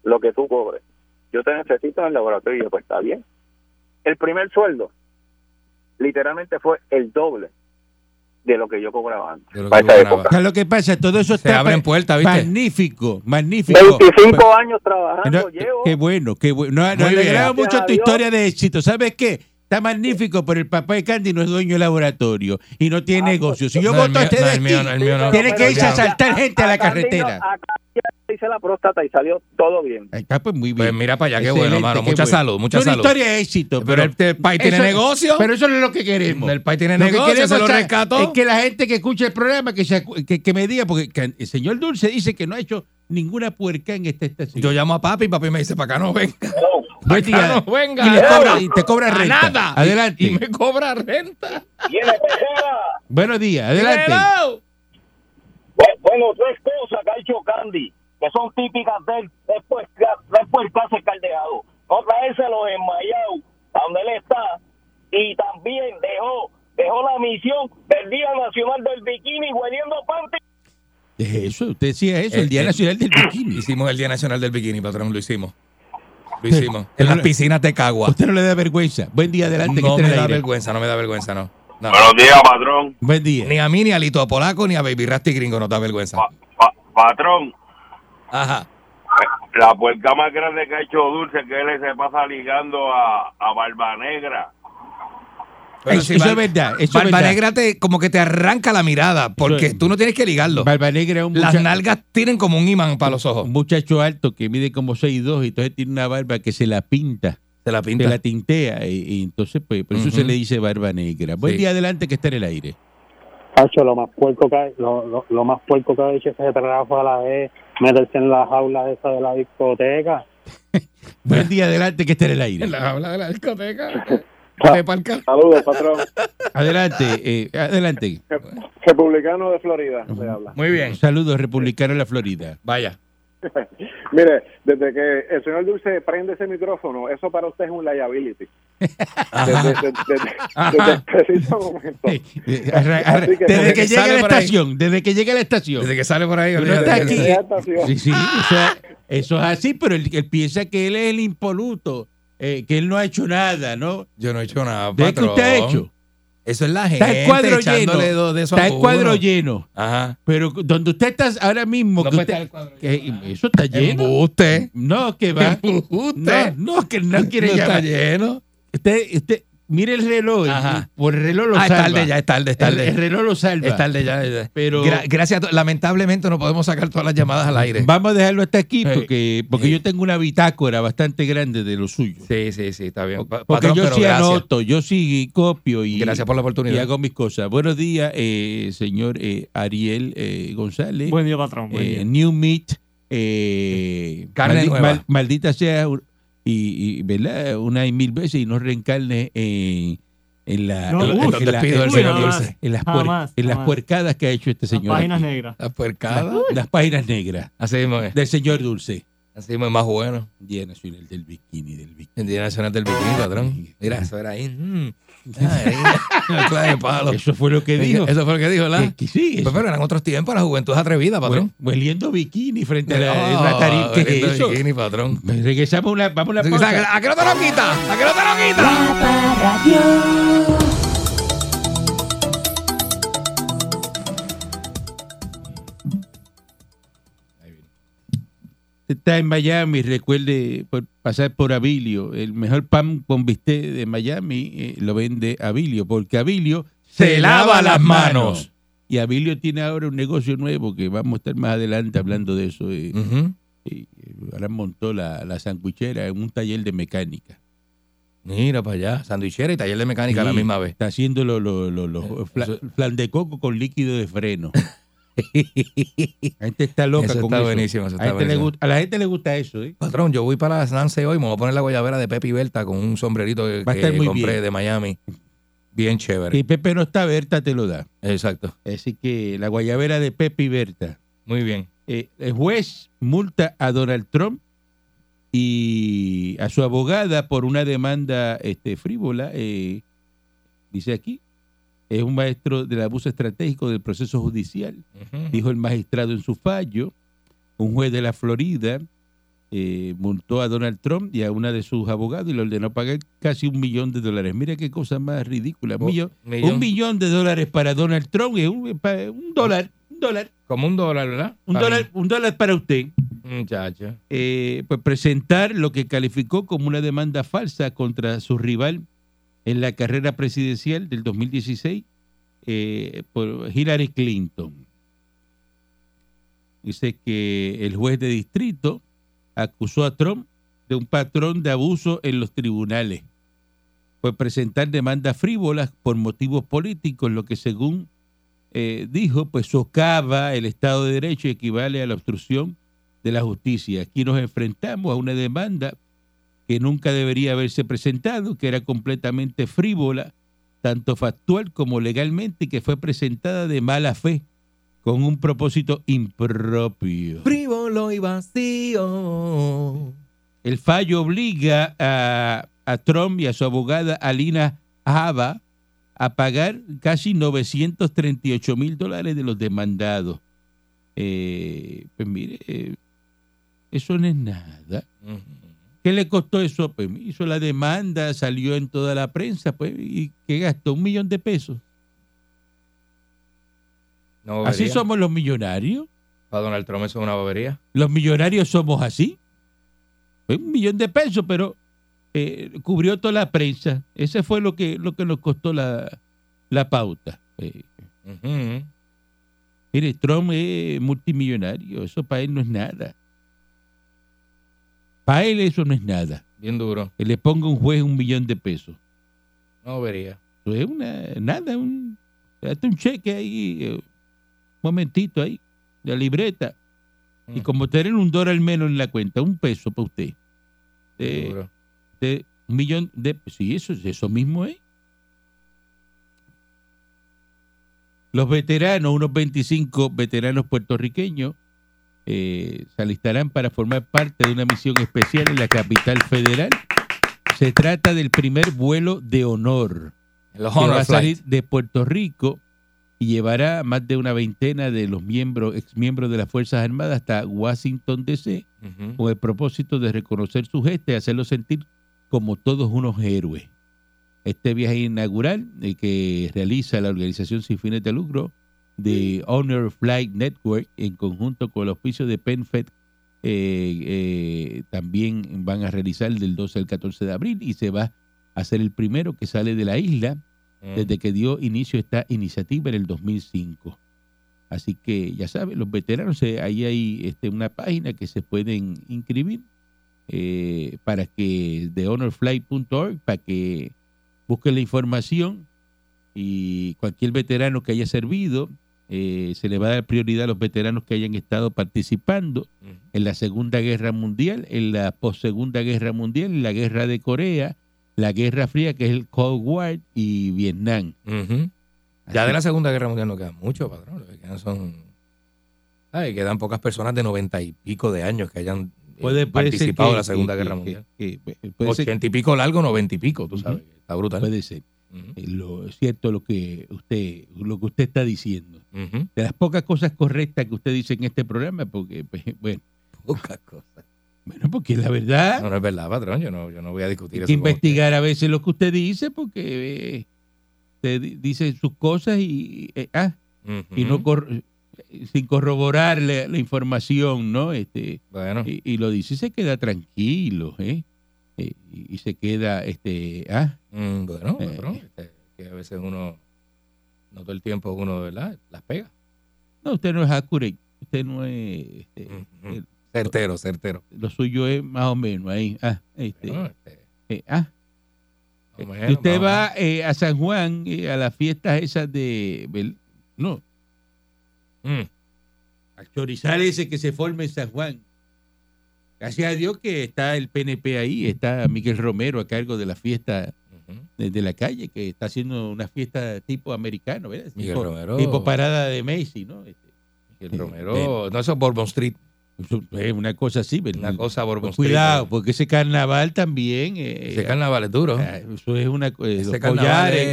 Speaker 5: lo que tú cobres. Yo te necesito en el laboratorio. Y yo, pues está bien. El primer sueldo, literalmente fue el doble de lo que yo cobraba antes.
Speaker 4: De lo que
Speaker 5: para
Speaker 4: tú
Speaker 5: esa
Speaker 4: cobrabas.
Speaker 5: época.
Speaker 3: ¿Sabes lo que pasa? Todo eso
Speaker 4: Se
Speaker 3: está
Speaker 4: abren
Speaker 3: pa-
Speaker 4: puertas, ¿viste?
Speaker 3: magnífico, magnífico.
Speaker 5: 25
Speaker 4: pues,
Speaker 5: años
Speaker 4: Ah,
Speaker 5: trabajando
Speaker 3: No,
Speaker 5: llevo.
Speaker 3: Qué bueno, qué bueno. Nos,
Speaker 4: Muy
Speaker 3: nos alegraba
Speaker 4: bien.
Speaker 3: mucho
Speaker 5: Gracias a
Speaker 3: tu
Speaker 5: Dios.
Speaker 3: historia de éxito. ¿Sabes qué? Está magnífico, pero el papá de Candy no es dueño de laboratorio y no tiene
Speaker 5: Ah,
Speaker 3: negocio. Si yo
Speaker 4: pues, No, el
Speaker 3: voto a
Speaker 4: mío-
Speaker 3: este
Speaker 4: no,
Speaker 3: de
Speaker 4: el mío
Speaker 3: aquí,
Speaker 4: no, el mío no.
Speaker 3: tiene que irse a
Speaker 4: Olvídalo.
Speaker 3: saltar gente a la carretera.
Speaker 5: Acá hice la próstata y salió todo bien.
Speaker 3: Ahí Está pues muy bien.
Speaker 4: Pues mira para allá, qué bueno,
Speaker 3: Excelente,
Speaker 4: hermano.
Speaker 3: qué
Speaker 4: Mucha
Speaker 3: bueno.
Speaker 4: salud, mucha
Speaker 3: Es una
Speaker 4: salud.
Speaker 3: historia de éxito.
Speaker 4: Pero
Speaker 3: Pero,
Speaker 4: este país tiene negocio.
Speaker 3: Pero eso no es lo que queremos.
Speaker 4: El país tiene
Speaker 3: Lo que
Speaker 4: negocio, se
Speaker 3: queremos
Speaker 4: lo
Speaker 3: sa-
Speaker 4: rescató.
Speaker 3: Es que la gente que escucha el programa, que, se acu- que, que me diga, porque can- el señor Dulce dice que no ha hecho ninguna puerca en esta estación.
Speaker 4: Yo llamo a papi y papi me dice, para acá no venga.
Speaker 3: Buen
Speaker 4: Acá
Speaker 3: día.
Speaker 4: no venga.
Speaker 3: y, le cobra-
Speaker 4: Ahora.
Speaker 3: y te cobra
Speaker 4: A
Speaker 3: renta.
Speaker 4: nada.
Speaker 3: Adelante.
Speaker 4: Y me cobra renta.
Speaker 3: Buenos días. Adelante.
Speaker 4: Hello.
Speaker 5: Bueno, tres cosas que ha hecho Candy, que son típicas de él, después después el caldeado. No traérselo en Mayao, a donde él está, y también dejó dejó la misión del Día Nacional del Bikini hueliendo panty.
Speaker 3: Es eso. Usted decía eso. El Día
Speaker 4: Eh, eh.
Speaker 3: Nacional del Bikini.
Speaker 4: Hicimos el Día Nacional del Bikini, patrón, lo hicimos. Lo hicimos.
Speaker 3: Pero
Speaker 4: En las
Speaker 3: no-
Speaker 4: piscinas de Cagua.
Speaker 3: Usted no le da vergüenza. Buen día. Adelante.
Speaker 4: No
Speaker 3: que esté
Speaker 4: me
Speaker 3: en el
Speaker 4: da
Speaker 3: aire.
Speaker 4: vergüenza, no me da vergüenza, no. No.
Speaker 7: Buenos días, patrón.
Speaker 3: Buen día.
Speaker 4: Ni a mí, ni a Lito Polaco, ni a Baby Rasty Gringo nos da vergüenza.
Speaker 7: Pa- pa- patrón,
Speaker 4: Ajá.
Speaker 7: la puerca más grande que ha hecho Dulce que él se pasa ligando a, a Barba Negra.
Speaker 4: Pero
Speaker 3: Eso- eso
Speaker 4: Bar-
Speaker 3: es verdad, eso es
Speaker 4: Barba
Speaker 3: verdad.
Speaker 4: Negra te, como que te arranca la mirada, porque
Speaker 3: es-
Speaker 4: tú no tienes que ligarlo.
Speaker 3: Barba Negra es un
Speaker 4: Las
Speaker 3: mucha-
Speaker 4: nalgas tienen como un imán para los ojos.
Speaker 3: un muchacho alto que mide como 6'2 y entonces tiene una barba que se la pinta,
Speaker 4: Te la
Speaker 3: se la tintea y, y entonces pues por eso
Speaker 4: Ujú.
Speaker 3: se le dice barba negra. Buen
Speaker 4: Sí.
Speaker 3: día adelante que está en el aire.
Speaker 8: Pacho, lo más puerco que ha- lo, lo, lo más puerco que ha hecho ese la es meterse en la jaula esa de la discoteca.
Speaker 3: Buen día adelante que está en el aire.
Speaker 4: En la jaula de la discoteca.
Speaker 5: Ah.
Speaker 4: De palca.
Speaker 5: Saludos, patrón.
Speaker 3: Adelante, eh, adelante.
Speaker 5: Republicano de Florida, le habla.
Speaker 4: Muy bien.
Speaker 3: Saludos republicano de la Florida.
Speaker 4: Vaya.
Speaker 5: Mire, desde que el señor Dulce prende ese micrófono, eso para usted es un liability. Desde, el preciso momento.
Speaker 3: Eh, eh, arra- arra-
Speaker 5: Así que-
Speaker 3: desde que llega a
Speaker 4: sale
Speaker 3: la
Speaker 4: por ahí.
Speaker 3: estación, desde que llega a la estación.
Speaker 4: Desde que sale por ahí.
Speaker 3: Uno
Speaker 4: olvídate.
Speaker 3: está aquí.
Speaker 5: Desde la estación.
Speaker 3: Sí, sí, o sea, eso es así, pero él, él piensa que él es el impoluto, eh, que él no ha hecho nada, ¿no?
Speaker 4: Yo no he hecho nada,
Speaker 3: ¿De qué
Speaker 4: patrón.
Speaker 3: usted ha hecho?
Speaker 4: Eso es la gente
Speaker 3: Está el cuadro lleno.
Speaker 4: echándole do- de eso
Speaker 3: Está
Speaker 4: a
Speaker 3: el cuadro
Speaker 4: uno.
Speaker 3: lleno.
Speaker 4: Ajá.
Speaker 3: Pero donde usted está ahora mismo,
Speaker 4: No
Speaker 3: que
Speaker 4: puede
Speaker 3: usted-
Speaker 4: estar el cuadro
Speaker 3: que-
Speaker 4: lleno, ¿verdad?
Speaker 3: eso está lleno.
Speaker 4: Embuste.
Speaker 3: No, que va.
Speaker 4: Embuste.
Speaker 3: No, no, que no quiere
Speaker 4: No está
Speaker 3: llamar.
Speaker 4: lleno.
Speaker 3: Usted, usted, mire el reloj.
Speaker 4: Ajá.
Speaker 3: Por el reloj lo
Speaker 4: Ah, es
Speaker 3: salva.
Speaker 4: tarde ya, es tarde, es
Speaker 3: El, el
Speaker 4: tarde.
Speaker 3: reloj lo salva.
Speaker 4: Es tarde ya. ya.
Speaker 3: Pero
Speaker 4: Gra- gracias. a to- Lamentablemente no podemos sacar todas las llamadas al aire.
Speaker 3: vamos a dejarlo hasta aquí
Speaker 4: Sí.
Speaker 3: porque, porque
Speaker 4: Sí.
Speaker 3: yo tengo una bitácora bastante grande de lo suyo.
Speaker 4: Sí, sí, sí, está bien. Pa-
Speaker 3: Porque
Speaker 4: patrón,
Speaker 3: yo
Speaker 4: pero
Speaker 3: sí
Speaker 4: gracias.
Speaker 3: anoto, yo sí copio y,
Speaker 4: Gracias por la
Speaker 3: y
Speaker 4: oportunidad.
Speaker 3: hago mis cosas. Buenos días, eh, señor eh, Ariel eh, González.
Speaker 9: Buen día, patrón. Buen
Speaker 3: eh,
Speaker 9: día.
Speaker 3: New Meat, eh,
Speaker 4: Carne nueva.
Speaker 3: maldita sea, u- y, y, ¿verdad? Una y mil veces y no reencarne en, en la-
Speaker 9: No,
Speaker 3: en- en
Speaker 9: uf,
Speaker 3: en la-
Speaker 4: despido
Speaker 3: en-
Speaker 4: del
Speaker 3: en
Speaker 4: señor
Speaker 3: las-
Speaker 9: Dulce.
Speaker 3: en las, puer-
Speaker 9: Jamás,
Speaker 3: en las
Speaker 9: jamás.
Speaker 3: puercadas que ha hecho este
Speaker 9: Las
Speaker 3: señor.
Speaker 9: páginas
Speaker 3: aquí.
Speaker 9: negras.
Speaker 4: La
Speaker 3: Las-
Speaker 4: puercada.
Speaker 3: las páginas negras
Speaker 4: Así mismo es.
Speaker 3: del señor Dulce.
Speaker 4: Así mismo es más bueno.
Speaker 3: Día Nacional del Bikini, del Bikini.
Speaker 4: El Día Nacional del Bikini, patrón. Mira, eso era ahí. Mm. Ay, una clase de palo.
Speaker 3: Eso fue lo que dijo.
Speaker 4: Eso fue lo que dijo, ¿verdad?
Speaker 3: Que- que sí,
Speaker 4: Pues,
Speaker 3: eso-
Speaker 4: pero eran otros tiempos, la juventud es atrevida, patrón.
Speaker 3: Huel- Hueliendo bikini frente a la,
Speaker 4: Ah,
Speaker 3: una tarima. ¿Qué es
Speaker 4: lindo
Speaker 3: eso? Pues
Speaker 4: bikini, patrón.
Speaker 3: Regresamos una, vamos a la
Speaker 4: O
Speaker 3: pausa.
Speaker 4: sea, ¿A qué no te lo quita? ¿A qué no te lo quita?
Speaker 2: La Parradio.
Speaker 3: está en Miami, recuerde por pasar por Abilio. El mejor pan con bistec de Miami eh, lo vende Abilio, porque Abilio
Speaker 4: Se lava las manos.
Speaker 3: Y Abilio tiene ahora un negocio nuevo que vamos a estar más adelante hablando de eso. eh,
Speaker 4: Ujú.
Speaker 3: eh, ahora montó la, la sanguichera en un taller de mecánica.
Speaker 4: Mira para allá, sandwichera y taller de mecánica a la
Speaker 3: Sí,
Speaker 4: misma vez.
Speaker 3: Está haciendo los lo, lo- lo-
Speaker 4: Eh,
Speaker 3: fla-
Speaker 4: eso-
Speaker 3: flan de coco con líquido de freno. La gente está loca
Speaker 4: Eso
Speaker 3: con
Speaker 4: está
Speaker 3: eso.
Speaker 4: buenísimo, eso
Speaker 3: A
Speaker 4: está
Speaker 3: gente le
Speaker 4: buenísimo.
Speaker 3: gusta- a la gente le gusta eso, ¿eh?
Speaker 4: Patrón, yo voy para Sanse hoy, me voy a poner la guayabera de Pepe Berta con un sombrerito que,
Speaker 3: Va a estar
Speaker 4: que
Speaker 3: muy
Speaker 4: compré
Speaker 3: bien.
Speaker 4: de Miami. Bien chévere.
Speaker 3: Y Pepe no está, Berta te lo da.
Speaker 4: Exacto.
Speaker 3: Así que la guayabera de Pepe y Berta.
Speaker 4: Muy bien.
Speaker 3: Eh, el juez multa a Donald Trump y a su abogada por una demanda este, frívola. eh, dice aquí, es un maestro del abuso estratégico del proceso judicial,
Speaker 4: Ujú.
Speaker 3: dijo el magistrado en su fallo. Un juez de la Florida eh, multó a Donald Trump y a una de sus abogados y le ordenó pagar casi un millón de dólares. Mira qué cosa más ridícula. Un millón,
Speaker 4: Millón.
Speaker 3: un millón de dólares para Donald Trump es un, pa- un dólar, un dólar,
Speaker 4: Como un dólar, ¿verdad?
Speaker 3: un
Speaker 4: Para
Speaker 3: dólar, un dólar para usted.
Speaker 4: mí. Muchacho.
Speaker 3: Eh, pues presentar lo que calificó como una demanda falsa contra su rival en la carrera presidencial del 2016 eh, por Hillary Clinton. Dice que el juez de distrito acusó a Trump de un patrón de abuso en los tribunales por presentar demandas frívolas por motivos políticos, lo que según eh, dijo, pues socava el Estado de Derecho y equivale a la obstrucción de la justicia. Aquí nos enfrentamos a una demanda que nunca debería haberse presentado, que era completamente frívola, tanto factual como legalmente, y que fue presentada de mala fe, con un propósito impropio.
Speaker 4: Frívolo y vacío.
Speaker 3: El fallo obliga a, a Trump y a su abogada Alina Java a pagar casi 938 mil dólares de los demandados. Eh, pues mire, eh, eso no es nada.
Speaker 4: Ujú.
Speaker 3: ¿Qué le costó eso? Pues hizo la demanda, salió en toda la prensa, pues, y que gastó un millón de pesos.
Speaker 4: No
Speaker 3: Así
Speaker 4: bobería.
Speaker 3: somos los millonarios.
Speaker 4: Para Donald Trump eso es una bobería.
Speaker 3: Los millonarios somos así. Fue un millón de pesos, pero eh, cubrió toda la prensa. Ese fue lo que, lo que nos costó la, la pauta. Eh,
Speaker 4: Ujú.
Speaker 3: mire, Trump es multimillonario. Eso para él no es nada. Para él eso no es nada.
Speaker 4: Bien duro.
Speaker 3: Que le ponga un juez un millón de pesos.
Speaker 4: Una bobería.
Speaker 3: Eso es una, nada, un, date un cheque ahí, eh, un momentito ahí, la libreta. Y
Speaker 4: Mm.
Speaker 3: como tener un dólar menos en la cuenta, un peso para usted.
Speaker 4: Bien
Speaker 3: Eh,
Speaker 4: duro.
Speaker 3: de un millón de pues sí eso eso mismo ¿eh? es los veteranos unos 25 veteranos puertorriqueños eh, se alistarán para formar parte de una misión especial en la capital federal se trata del primer vuelo de honor
Speaker 4: Los
Speaker 3: que va a
Speaker 4: honor
Speaker 3: salir
Speaker 4: flight.
Speaker 3: de Puerto Rico y llevará a más de una veintena de los miembros exmiembros de las fuerzas armadas hasta Washington D.C
Speaker 4: Ujú.
Speaker 3: con el propósito de reconocer su gesta y hacerlo sentir como todos unos héroes. Este viaje inaugural eh, que realiza la organización sin fines de lucro de Honor Flight Network en conjunto con el auspicio de PenFed eh, eh, también van a realizar del 12 al 14 de abril y se va a ser el primero que sale de la isla desde que dio inicio esta iniciativa en el 2005. Así que ya saben, los veteranos, eh, ahí hay este, una página que se pueden inscribir eh, para que de honorflight.org para que busquen la información y cualquier veterano que haya servido eh, se le va a dar prioridad a los veteranos que hayan estado participando en la Segunda Guerra Mundial, en la possegunda Guerra Mundial, en la Guerra de Corea, la Guerra Fría que es el Cold War y Vietnam.
Speaker 4: Ujú. Ya de la Segunda Guerra Mundial no queda mucho, patrón. Lo que quedan son. Ay, quedan pocas personas de noventa y pico de años que hayan eh,
Speaker 3: Puede- puede ser
Speaker 4: participado
Speaker 3: que-
Speaker 4: en la Segunda
Speaker 3: que-
Speaker 4: Guerra
Speaker 3: que-
Speaker 4: Mundial.
Speaker 3: que- que- puede ser-
Speaker 4: Ochenta y pico largo, noventa y pico, tú sabes. Está brutal.
Speaker 3: puede ser.
Speaker 4: Ujú.
Speaker 3: Eh, Lo cierto lo que usted lo que usted está diciendo.
Speaker 4: Ujú.
Speaker 3: De las pocas cosas correctas que usted dice en este programa, porque pues, bueno,
Speaker 4: Pocas cosas.
Speaker 3: bueno, porque la verdad
Speaker 4: No, no es verdad, patrón. Yo no, yo no voy a discutir
Speaker 3: hay
Speaker 4: eso.
Speaker 3: que
Speaker 4: con usted.
Speaker 3: investigar a veces lo que usted dice porque eh, usted di- dice sus cosas y eh, ah,
Speaker 4: Ujú.
Speaker 3: y no cor- eh, sin corroborar la, la información, ¿no? Este
Speaker 4: Bueno,
Speaker 3: y, y lo dice y se queda tranquilo, ¿eh? Eh, y, y se queda este ah,
Speaker 4: mm, bueno, patrón.
Speaker 3: Eh.
Speaker 4: este, que a veces uno. No todo el tiempo uno, ¿verdad? Las pega.
Speaker 3: no, usted no es accurate, usted no es este,
Speaker 4: Ujú.
Speaker 3: eh,
Speaker 4: Certero, certero.
Speaker 3: lo suyo es más o menos ahí, ah, este,
Speaker 4: Bueno, este,
Speaker 3: eh, ah.
Speaker 4: más o
Speaker 3: Si
Speaker 4: menos,
Speaker 3: usted
Speaker 4: más o
Speaker 3: va eh, a San Juan eh, a las fiestas esas de. ¿vel? No,
Speaker 4: menos. Mm.
Speaker 3: al chorizal ese que se forma en San Juan. Gracias a Dios que está el PNP ahí, está Miguel Romero a cargo de la fiesta
Speaker 4: Ujú.
Speaker 3: de, de la calle, que está haciendo una fiesta tipo americano, ¿verdad?
Speaker 4: Miguel
Speaker 3: tipo,
Speaker 4: Romero.
Speaker 3: tipo parada de Macy, ¿no? Este,
Speaker 4: Miguel Romero. No, eso es Bourbon Street.
Speaker 3: eso es una cosa así, ¿verdad?
Speaker 4: Una cosa Bourbon Street.
Speaker 3: Pues Cuidado, porque ese carnaval también. eh,
Speaker 4: Ese carnaval es duro.
Speaker 3: ah, eso es una. co- eh,
Speaker 4: Ese
Speaker 3: los
Speaker 4: carnaval
Speaker 3: collares.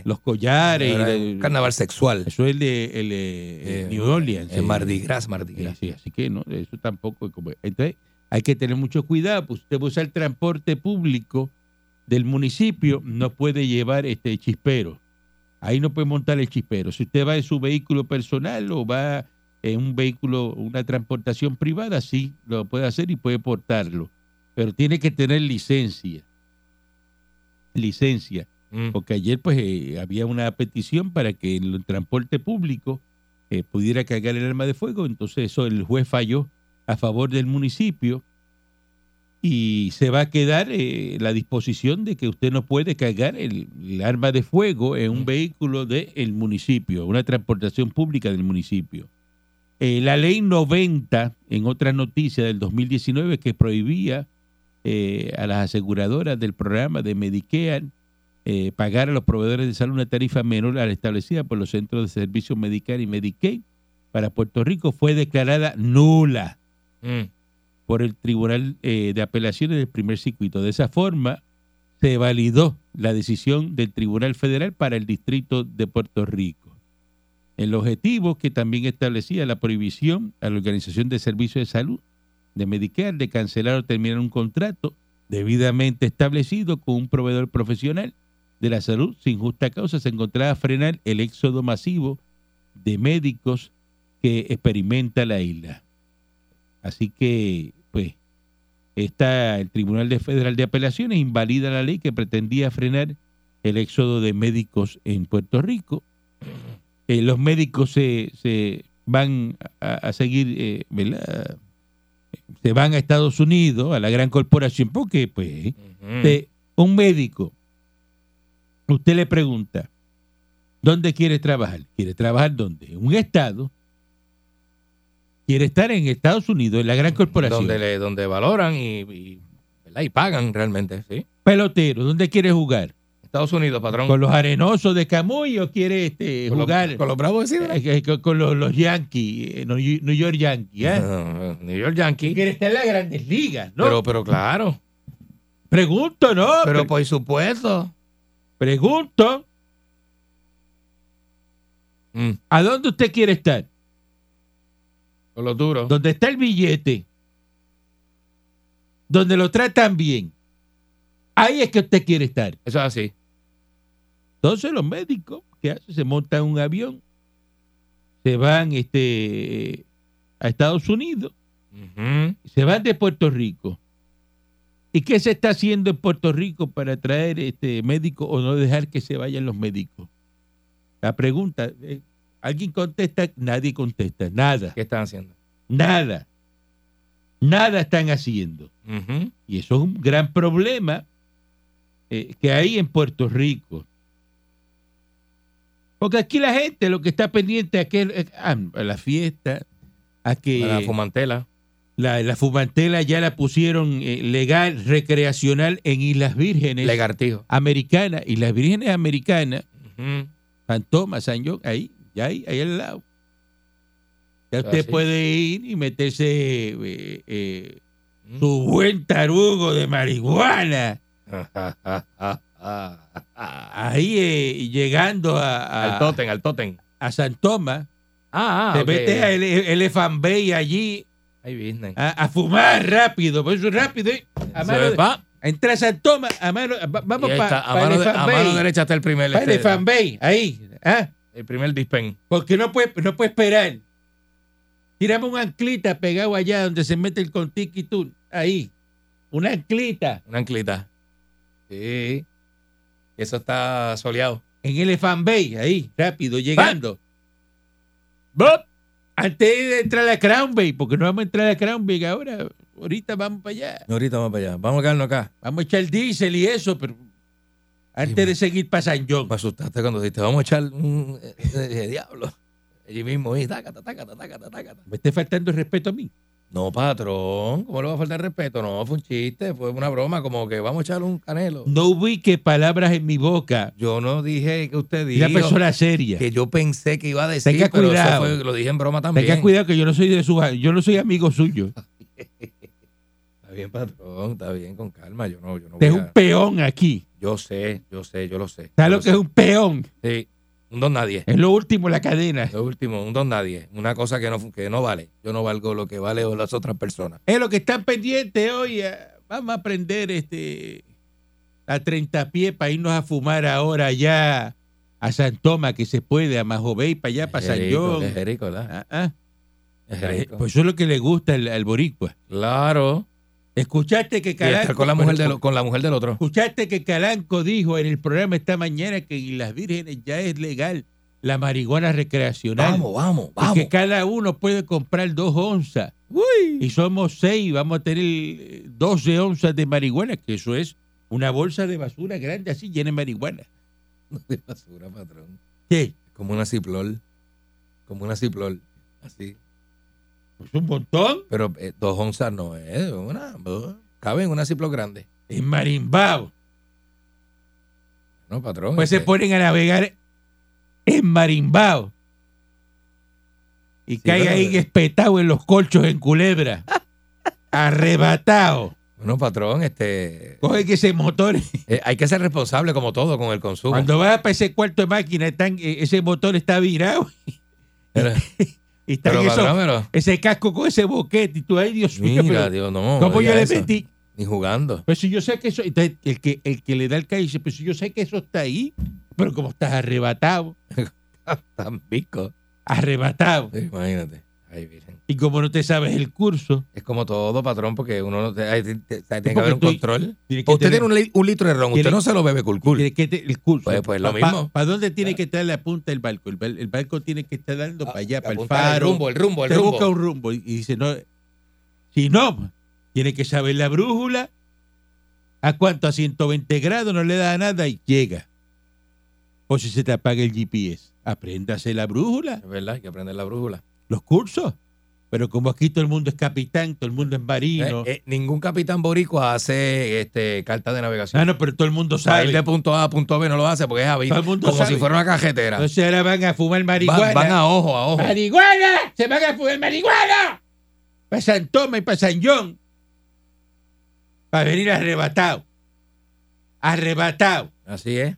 Speaker 4: es-
Speaker 3: Los collares.
Speaker 4: era
Speaker 3: y
Speaker 4: un
Speaker 3: la-
Speaker 4: carnaval sexual.
Speaker 3: Eso es el de, el de-
Speaker 4: Eh,
Speaker 3: New Orleans.
Speaker 4: Es
Speaker 3: eh.
Speaker 4: Mardi Gras, Mardi
Speaker 3: Sí,
Speaker 4: Gras.
Speaker 3: sí, así que no, eso tampoco. es como- Entonces, hay que tener mucho cuidado. Pues usted va a usar el transporte público del municipio, no puede llevar este chispero. Ahí no puede montar el chispero. Si usted va en su vehículo personal o va en un vehículo, una transportación privada, sí, lo puede hacer y puede portarlo. Pero tiene que tener licencia. Licencia
Speaker 4: Mm.
Speaker 3: porque ayer pues eh, había una petición para que en el transporte público eh, pudiera cargar el arma de fuego, entonces eso el juez falló a favor del municipio y se va a quedar eh, la disposición de que usted no puede cargar el, el arma de fuego en un vehículo del municipio, una transportación pública del municipio. Eh, la ley 90, en otra noticia del 2019, que prohibía eh, a las aseguradoras del programa de Medicare eh, pagar a los proveedores de salud una tarifa menor a la establecida por los centros de servicio Medicare y Medicaid para Puerto Rico fue declarada nula
Speaker 4: Mm.
Speaker 3: por el Tribunal eh, de Apelaciones del Primer Circuito. De esa forma, se validó la decisión del Tribunal Federal para el Distrito de Puerto Rico. El objetivo que también establecía la prohibición a la Organización de Servicios de Salud de Medicare de cancelar o terminar un contrato debidamente establecido con un proveedor profesional de la salud sin justa causa se encontraba a frenar el éxodo masivo de médicos que experimenta la isla. Así que, pues, está el Tribunal de- Federal de Apelaciones invalida la ley que pretendía frenar el éxodo de médicos en Puerto Rico. Eh, los médicos se, se van a, a seguir, eh, ¿verdad? Se van a Estados Unidos, a la gran corporación, porque, pues,
Speaker 4: Ujú.
Speaker 3: de un médico, usted le pregunta, ¿dónde quiere trabajar? ¿Quiere trabajar dónde? En un estado. Quiere estar en Estados Unidos, en la gran corporación.
Speaker 4: Donde, Mm, le, donde valoran y, y, ¿verdad? y pagan realmente. ¿sí?
Speaker 3: Pelotero, ¿dónde quiere jugar?
Speaker 4: Estados Unidos, patrón.
Speaker 3: ¿Con los arenosos de Camuy o quiere este,
Speaker 4: Con los-
Speaker 3: jugar
Speaker 4: con los bravos de Sidra.
Speaker 3: eh, eh, con, con los, los Yankees, eh, New New York Yankees? ¿eh?
Speaker 4: Ah, New York Yankees.
Speaker 3: Quiere estar en las grandes ligas, ¿no?
Speaker 4: Pero, pero claro.
Speaker 3: pregunto, ¿no?
Speaker 4: Pero
Speaker 3: Pre-
Speaker 4: por supuesto.
Speaker 3: pregunto,
Speaker 4: Mm.
Speaker 3: ¿a dónde usted quiere estar?
Speaker 4: Con los duros.
Speaker 3: donde está el billete, donde lo tratan bien, ahí es que usted quiere estar.
Speaker 4: Eso es así.
Speaker 3: Entonces los médicos, ¿qué hacen? Se montan un avión, se van este, a Estados Unidos,
Speaker 4: Ujú.
Speaker 3: se van de Puerto Rico. ¿Y qué se está haciendo en Puerto Rico para traer este médico o no dejar que se vayan los médicos? La pregunta, eh, ¿alguien contesta? Nadie contesta, nada,
Speaker 4: ¿Qué están haciendo?
Speaker 3: nada, nada están haciendo.
Speaker 4: Ujú.
Speaker 3: Y eso es un gran problema eh, que hay en Puerto Rico. Porque aquí la gente lo que está pendiente a, que, eh, a la fiesta, a que
Speaker 4: Para la fumantela.
Speaker 3: la, la fumantela ya la pusieron eh, legal, recreacional en Islas Vírgenes
Speaker 4: Legartijo.
Speaker 3: Americanas. Islas Vírgenes Americanas,
Speaker 4: Ujú.
Speaker 3: San Tomás, San John, ahí, ya ahí, ahí al lado. Ya
Speaker 4: Eso
Speaker 3: usted
Speaker 4: así.
Speaker 3: puede ir y meterse eh, eh,
Speaker 4: Mm.
Speaker 3: su buen tarugo de marihuana. Ahí eh, llegando a, a-
Speaker 4: Al totem, al totem.
Speaker 3: a San Tomás,
Speaker 4: Ah, ah.
Speaker 3: te
Speaker 4: ok.
Speaker 3: metes a Ele- Elephant Bay allí
Speaker 4: Ahí vienen.
Speaker 3: a, a fumar rápido, por eso rápido, eh, a
Speaker 4: Se
Speaker 3: mano
Speaker 4: ve,
Speaker 3: de-
Speaker 4: pa,
Speaker 3: Entra San Tomás, a mano, va-
Speaker 4: y
Speaker 3: vamos
Speaker 4: ahí
Speaker 3: para
Speaker 4: está, a, mano de- a mano
Speaker 3: Bay.
Speaker 4: derecha está el primer,
Speaker 3: Pa'
Speaker 4: este,
Speaker 3: Elephant Bay, ahí. ¿ah?
Speaker 4: el primer dispen.
Speaker 3: Porque no puede, no puede esperar. Tiramos una anclita pegado allá donde se mete el contiqui tú. Ahí. Una anclita
Speaker 4: Una anclita. Sí. Eso está soleado.
Speaker 3: en Elephant Bay, ahí, rápido, llegando. ¡Bop! Antes de entrar a Crown Bay, porque no vamos a entrar a Crown Bay ahora. Ahorita vamos para allá.
Speaker 4: Ahorita vamos para allá. Vamos a quedarnos acá.
Speaker 3: Vamos a echar diésel y eso, pero antes de seguir para San John.
Speaker 4: Me asustaste cuando dijiste, vamos a echar un eh, eh, diablo. Allí mismo, y tácata, tácata, tácata, tácata.
Speaker 3: Me está faltando el respeto a mí.
Speaker 4: No, patrón, ¿cómo le va a faltar respeto? No, fue un chiste, fue una broma, como que vamos a echar un canelo.
Speaker 3: No ubique palabras en mi boca.
Speaker 4: Yo no dije que usted
Speaker 3: Y la
Speaker 4: dijo
Speaker 3: persona seria.
Speaker 4: que yo pensé que iba a decir,
Speaker 3: Tenga
Speaker 4: pero eso
Speaker 3: cuidado.
Speaker 4: fue- lo dije en broma también.
Speaker 3: Tenga cuidado que yo no soy de su, yo no soy amigo suyo.
Speaker 4: Está bien, patrón, está bien, con calma. Yo no, yo no
Speaker 3: Usted es
Speaker 4: voy
Speaker 3: un
Speaker 4: a-
Speaker 3: peón aquí.
Speaker 4: Yo sé, yo sé, yo lo sé.
Speaker 3: ¿Sabes
Speaker 4: Yo
Speaker 3: lo que es
Speaker 4: sé.
Speaker 3: un peón?
Speaker 4: Sí, un don nadie.
Speaker 3: Es lo último en la cadena.
Speaker 4: Lo último, un don nadie. Una cosa que no, fu- que no vale. Yo no valgo lo que vale o las otras personas.
Speaker 3: Es lo que están pendientes hoy. eh, Vamos a aprender este a 30 pies para irnos a fumar ahora allá a San Tomás, que se puede, a Majo Bay, para allá, para San
Speaker 4: Jerico,
Speaker 3: John.
Speaker 4: Es jerico, ¿verdad?
Speaker 3: Ah, ah.
Speaker 4: Es jerico.
Speaker 3: Pues eso es lo que le gusta al, al boricua.
Speaker 4: claro.
Speaker 3: Escuchaste que
Speaker 4: Y estar
Speaker 3: Calanco,
Speaker 4: con la mujer, del- con la mujer del otro.
Speaker 3: escuchaste que Calanco dijo en el programa esta mañana que en las vírgenes ya es legal la marihuana recreacional.
Speaker 4: Vamos, vamos, vamos.
Speaker 3: Que cada uno puede comprar dos onzas. Y somos seis, vamos a tener eh, 12 onzas de marihuana, que eso es una bolsa de basura grande así llena de marihuana.
Speaker 4: De basura, patrón.
Speaker 3: ¿Qué?
Speaker 4: Como una ciplol. Como una ciplol. Así.
Speaker 3: Pues un montón.
Speaker 4: Pero eh, dos onzas no es. Una, cabe en una ciplol grande.
Speaker 3: En marimbao.
Speaker 4: No, patrón.
Speaker 3: Pues se
Speaker 4: este,
Speaker 3: ponen a navegar en marimbao. Y caen
Speaker 4: pero-
Speaker 3: ahí espetado en los colchos en culebra. Arrebatado.
Speaker 4: Bueno, patrón, este.
Speaker 3: Coge que se motores.
Speaker 4: eh, hay que ser responsable como todo con el consumo.
Speaker 3: Cuando vas para ese cuarto de máquina, están, eh, ese motor está virado.
Speaker 4: Pero,
Speaker 3: Y están
Speaker 4: pero,
Speaker 3: esos-
Speaker 4: patrón, pero-
Speaker 3: ese casco con ese boquete. Y tú, ay, Dios mío,
Speaker 4: Mira,
Speaker 3: pero
Speaker 4: Dios, no.
Speaker 3: ¿cómo
Speaker 4: no
Speaker 3: yo
Speaker 4: diga
Speaker 3: le
Speaker 4: eso.
Speaker 3: metí?
Speaker 4: Ni jugando.
Speaker 3: Pues si yo sé que eso, entonces, el que, el que le da el calle dice, pues si yo sé que eso está ahí, pero como estás arrebatado,
Speaker 4: Tan pico.
Speaker 3: arrebatado,
Speaker 4: Imagínate. Ay, virgen.
Speaker 3: y como no te sabes el curso,
Speaker 4: Es como todo, patrón, porque uno no. te- ay, te- te- tiene que
Speaker 3: porque
Speaker 4: haber un
Speaker 3: tú-
Speaker 4: control.
Speaker 3: tienes que
Speaker 4: Usted
Speaker 3: tener-
Speaker 4: tiene un, li- un litro de ron, usted
Speaker 3: Tiene-
Speaker 4: no se lo bebe culcul.
Speaker 3: tienes que te- el curso.
Speaker 4: Pues- pues lo
Speaker 3: Pa- pa-
Speaker 4: mismo.
Speaker 3: ¿Para dónde tiene que estar la punta del barco? El, bal- el barco tiene que estar dando
Speaker 4: Ah,
Speaker 3: para allá, para el
Speaker 4: Apuntar
Speaker 3: faro.
Speaker 4: rumbo, el rumbo, el
Speaker 3: Te busca
Speaker 4: rumbo.
Speaker 3: un rumbo y y dice, no, si no, tiene que saber la brújula, a cuánto, a 120 grados, no le da nada y llega. O si se te apaga el GPS, apréndase la brújula,
Speaker 4: Es verdad, hay que aprender la brújula.
Speaker 3: los cursos. Pero como aquí todo el mundo es capitán, todo el mundo es marino.
Speaker 4: Eh, eh, ningún capitán boricua hace este, carta de navegación.
Speaker 3: ah, no, pero todo el mundo
Speaker 4: Para ir de
Speaker 3: sabe.
Speaker 4: punto A a punto B no lo hace porque es aviso.
Speaker 3: Todo el mundo
Speaker 4: Como
Speaker 3: sabe.
Speaker 4: si fuera una cajetera.
Speaker 3: Entonces ahora van a fumar marihuana.
Speaker 4: Van, van a ojo, a ojo.
Speaker 3: ¡Marihuana! ¡Se van a fumar marihuana! Para San Tomás y para San John. Para venir arrebatado. Arrebatado.
Speaker 4: Así es.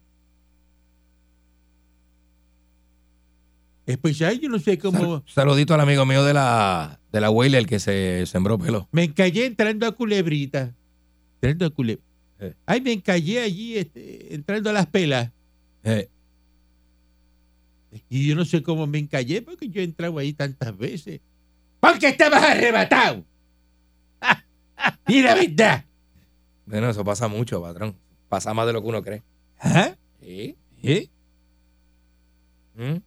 Speaker 3: Después, ay, yo no sé cómo.
Speaker 4: Sal- saludito al amigo mío de la, de la Whaler que se sembró pelo.
Speaker 3: Me encallé entrando a Culebrita. Entrando a Culebrita.
Speaker 4: Eh.
Speaker 3: Ay, me encallé allí este, entrando a las pelas.
Speaker 4: Eh,
Speaker 3: Y yo no sé cómo me encallé porque yo he entrado ahí tantas veces. Porque estabas arrebatado. ¡Ah! Y la verdad.
Speaker 4: Bueno, eso pasa mucho, patrón. Pasa más de lo que uno cree.
Speaker 3: ¿Ah?
Speaker 4: ¿Sí?
Speaker 3: ¿Eh?
Speaker 4: ¿Mm?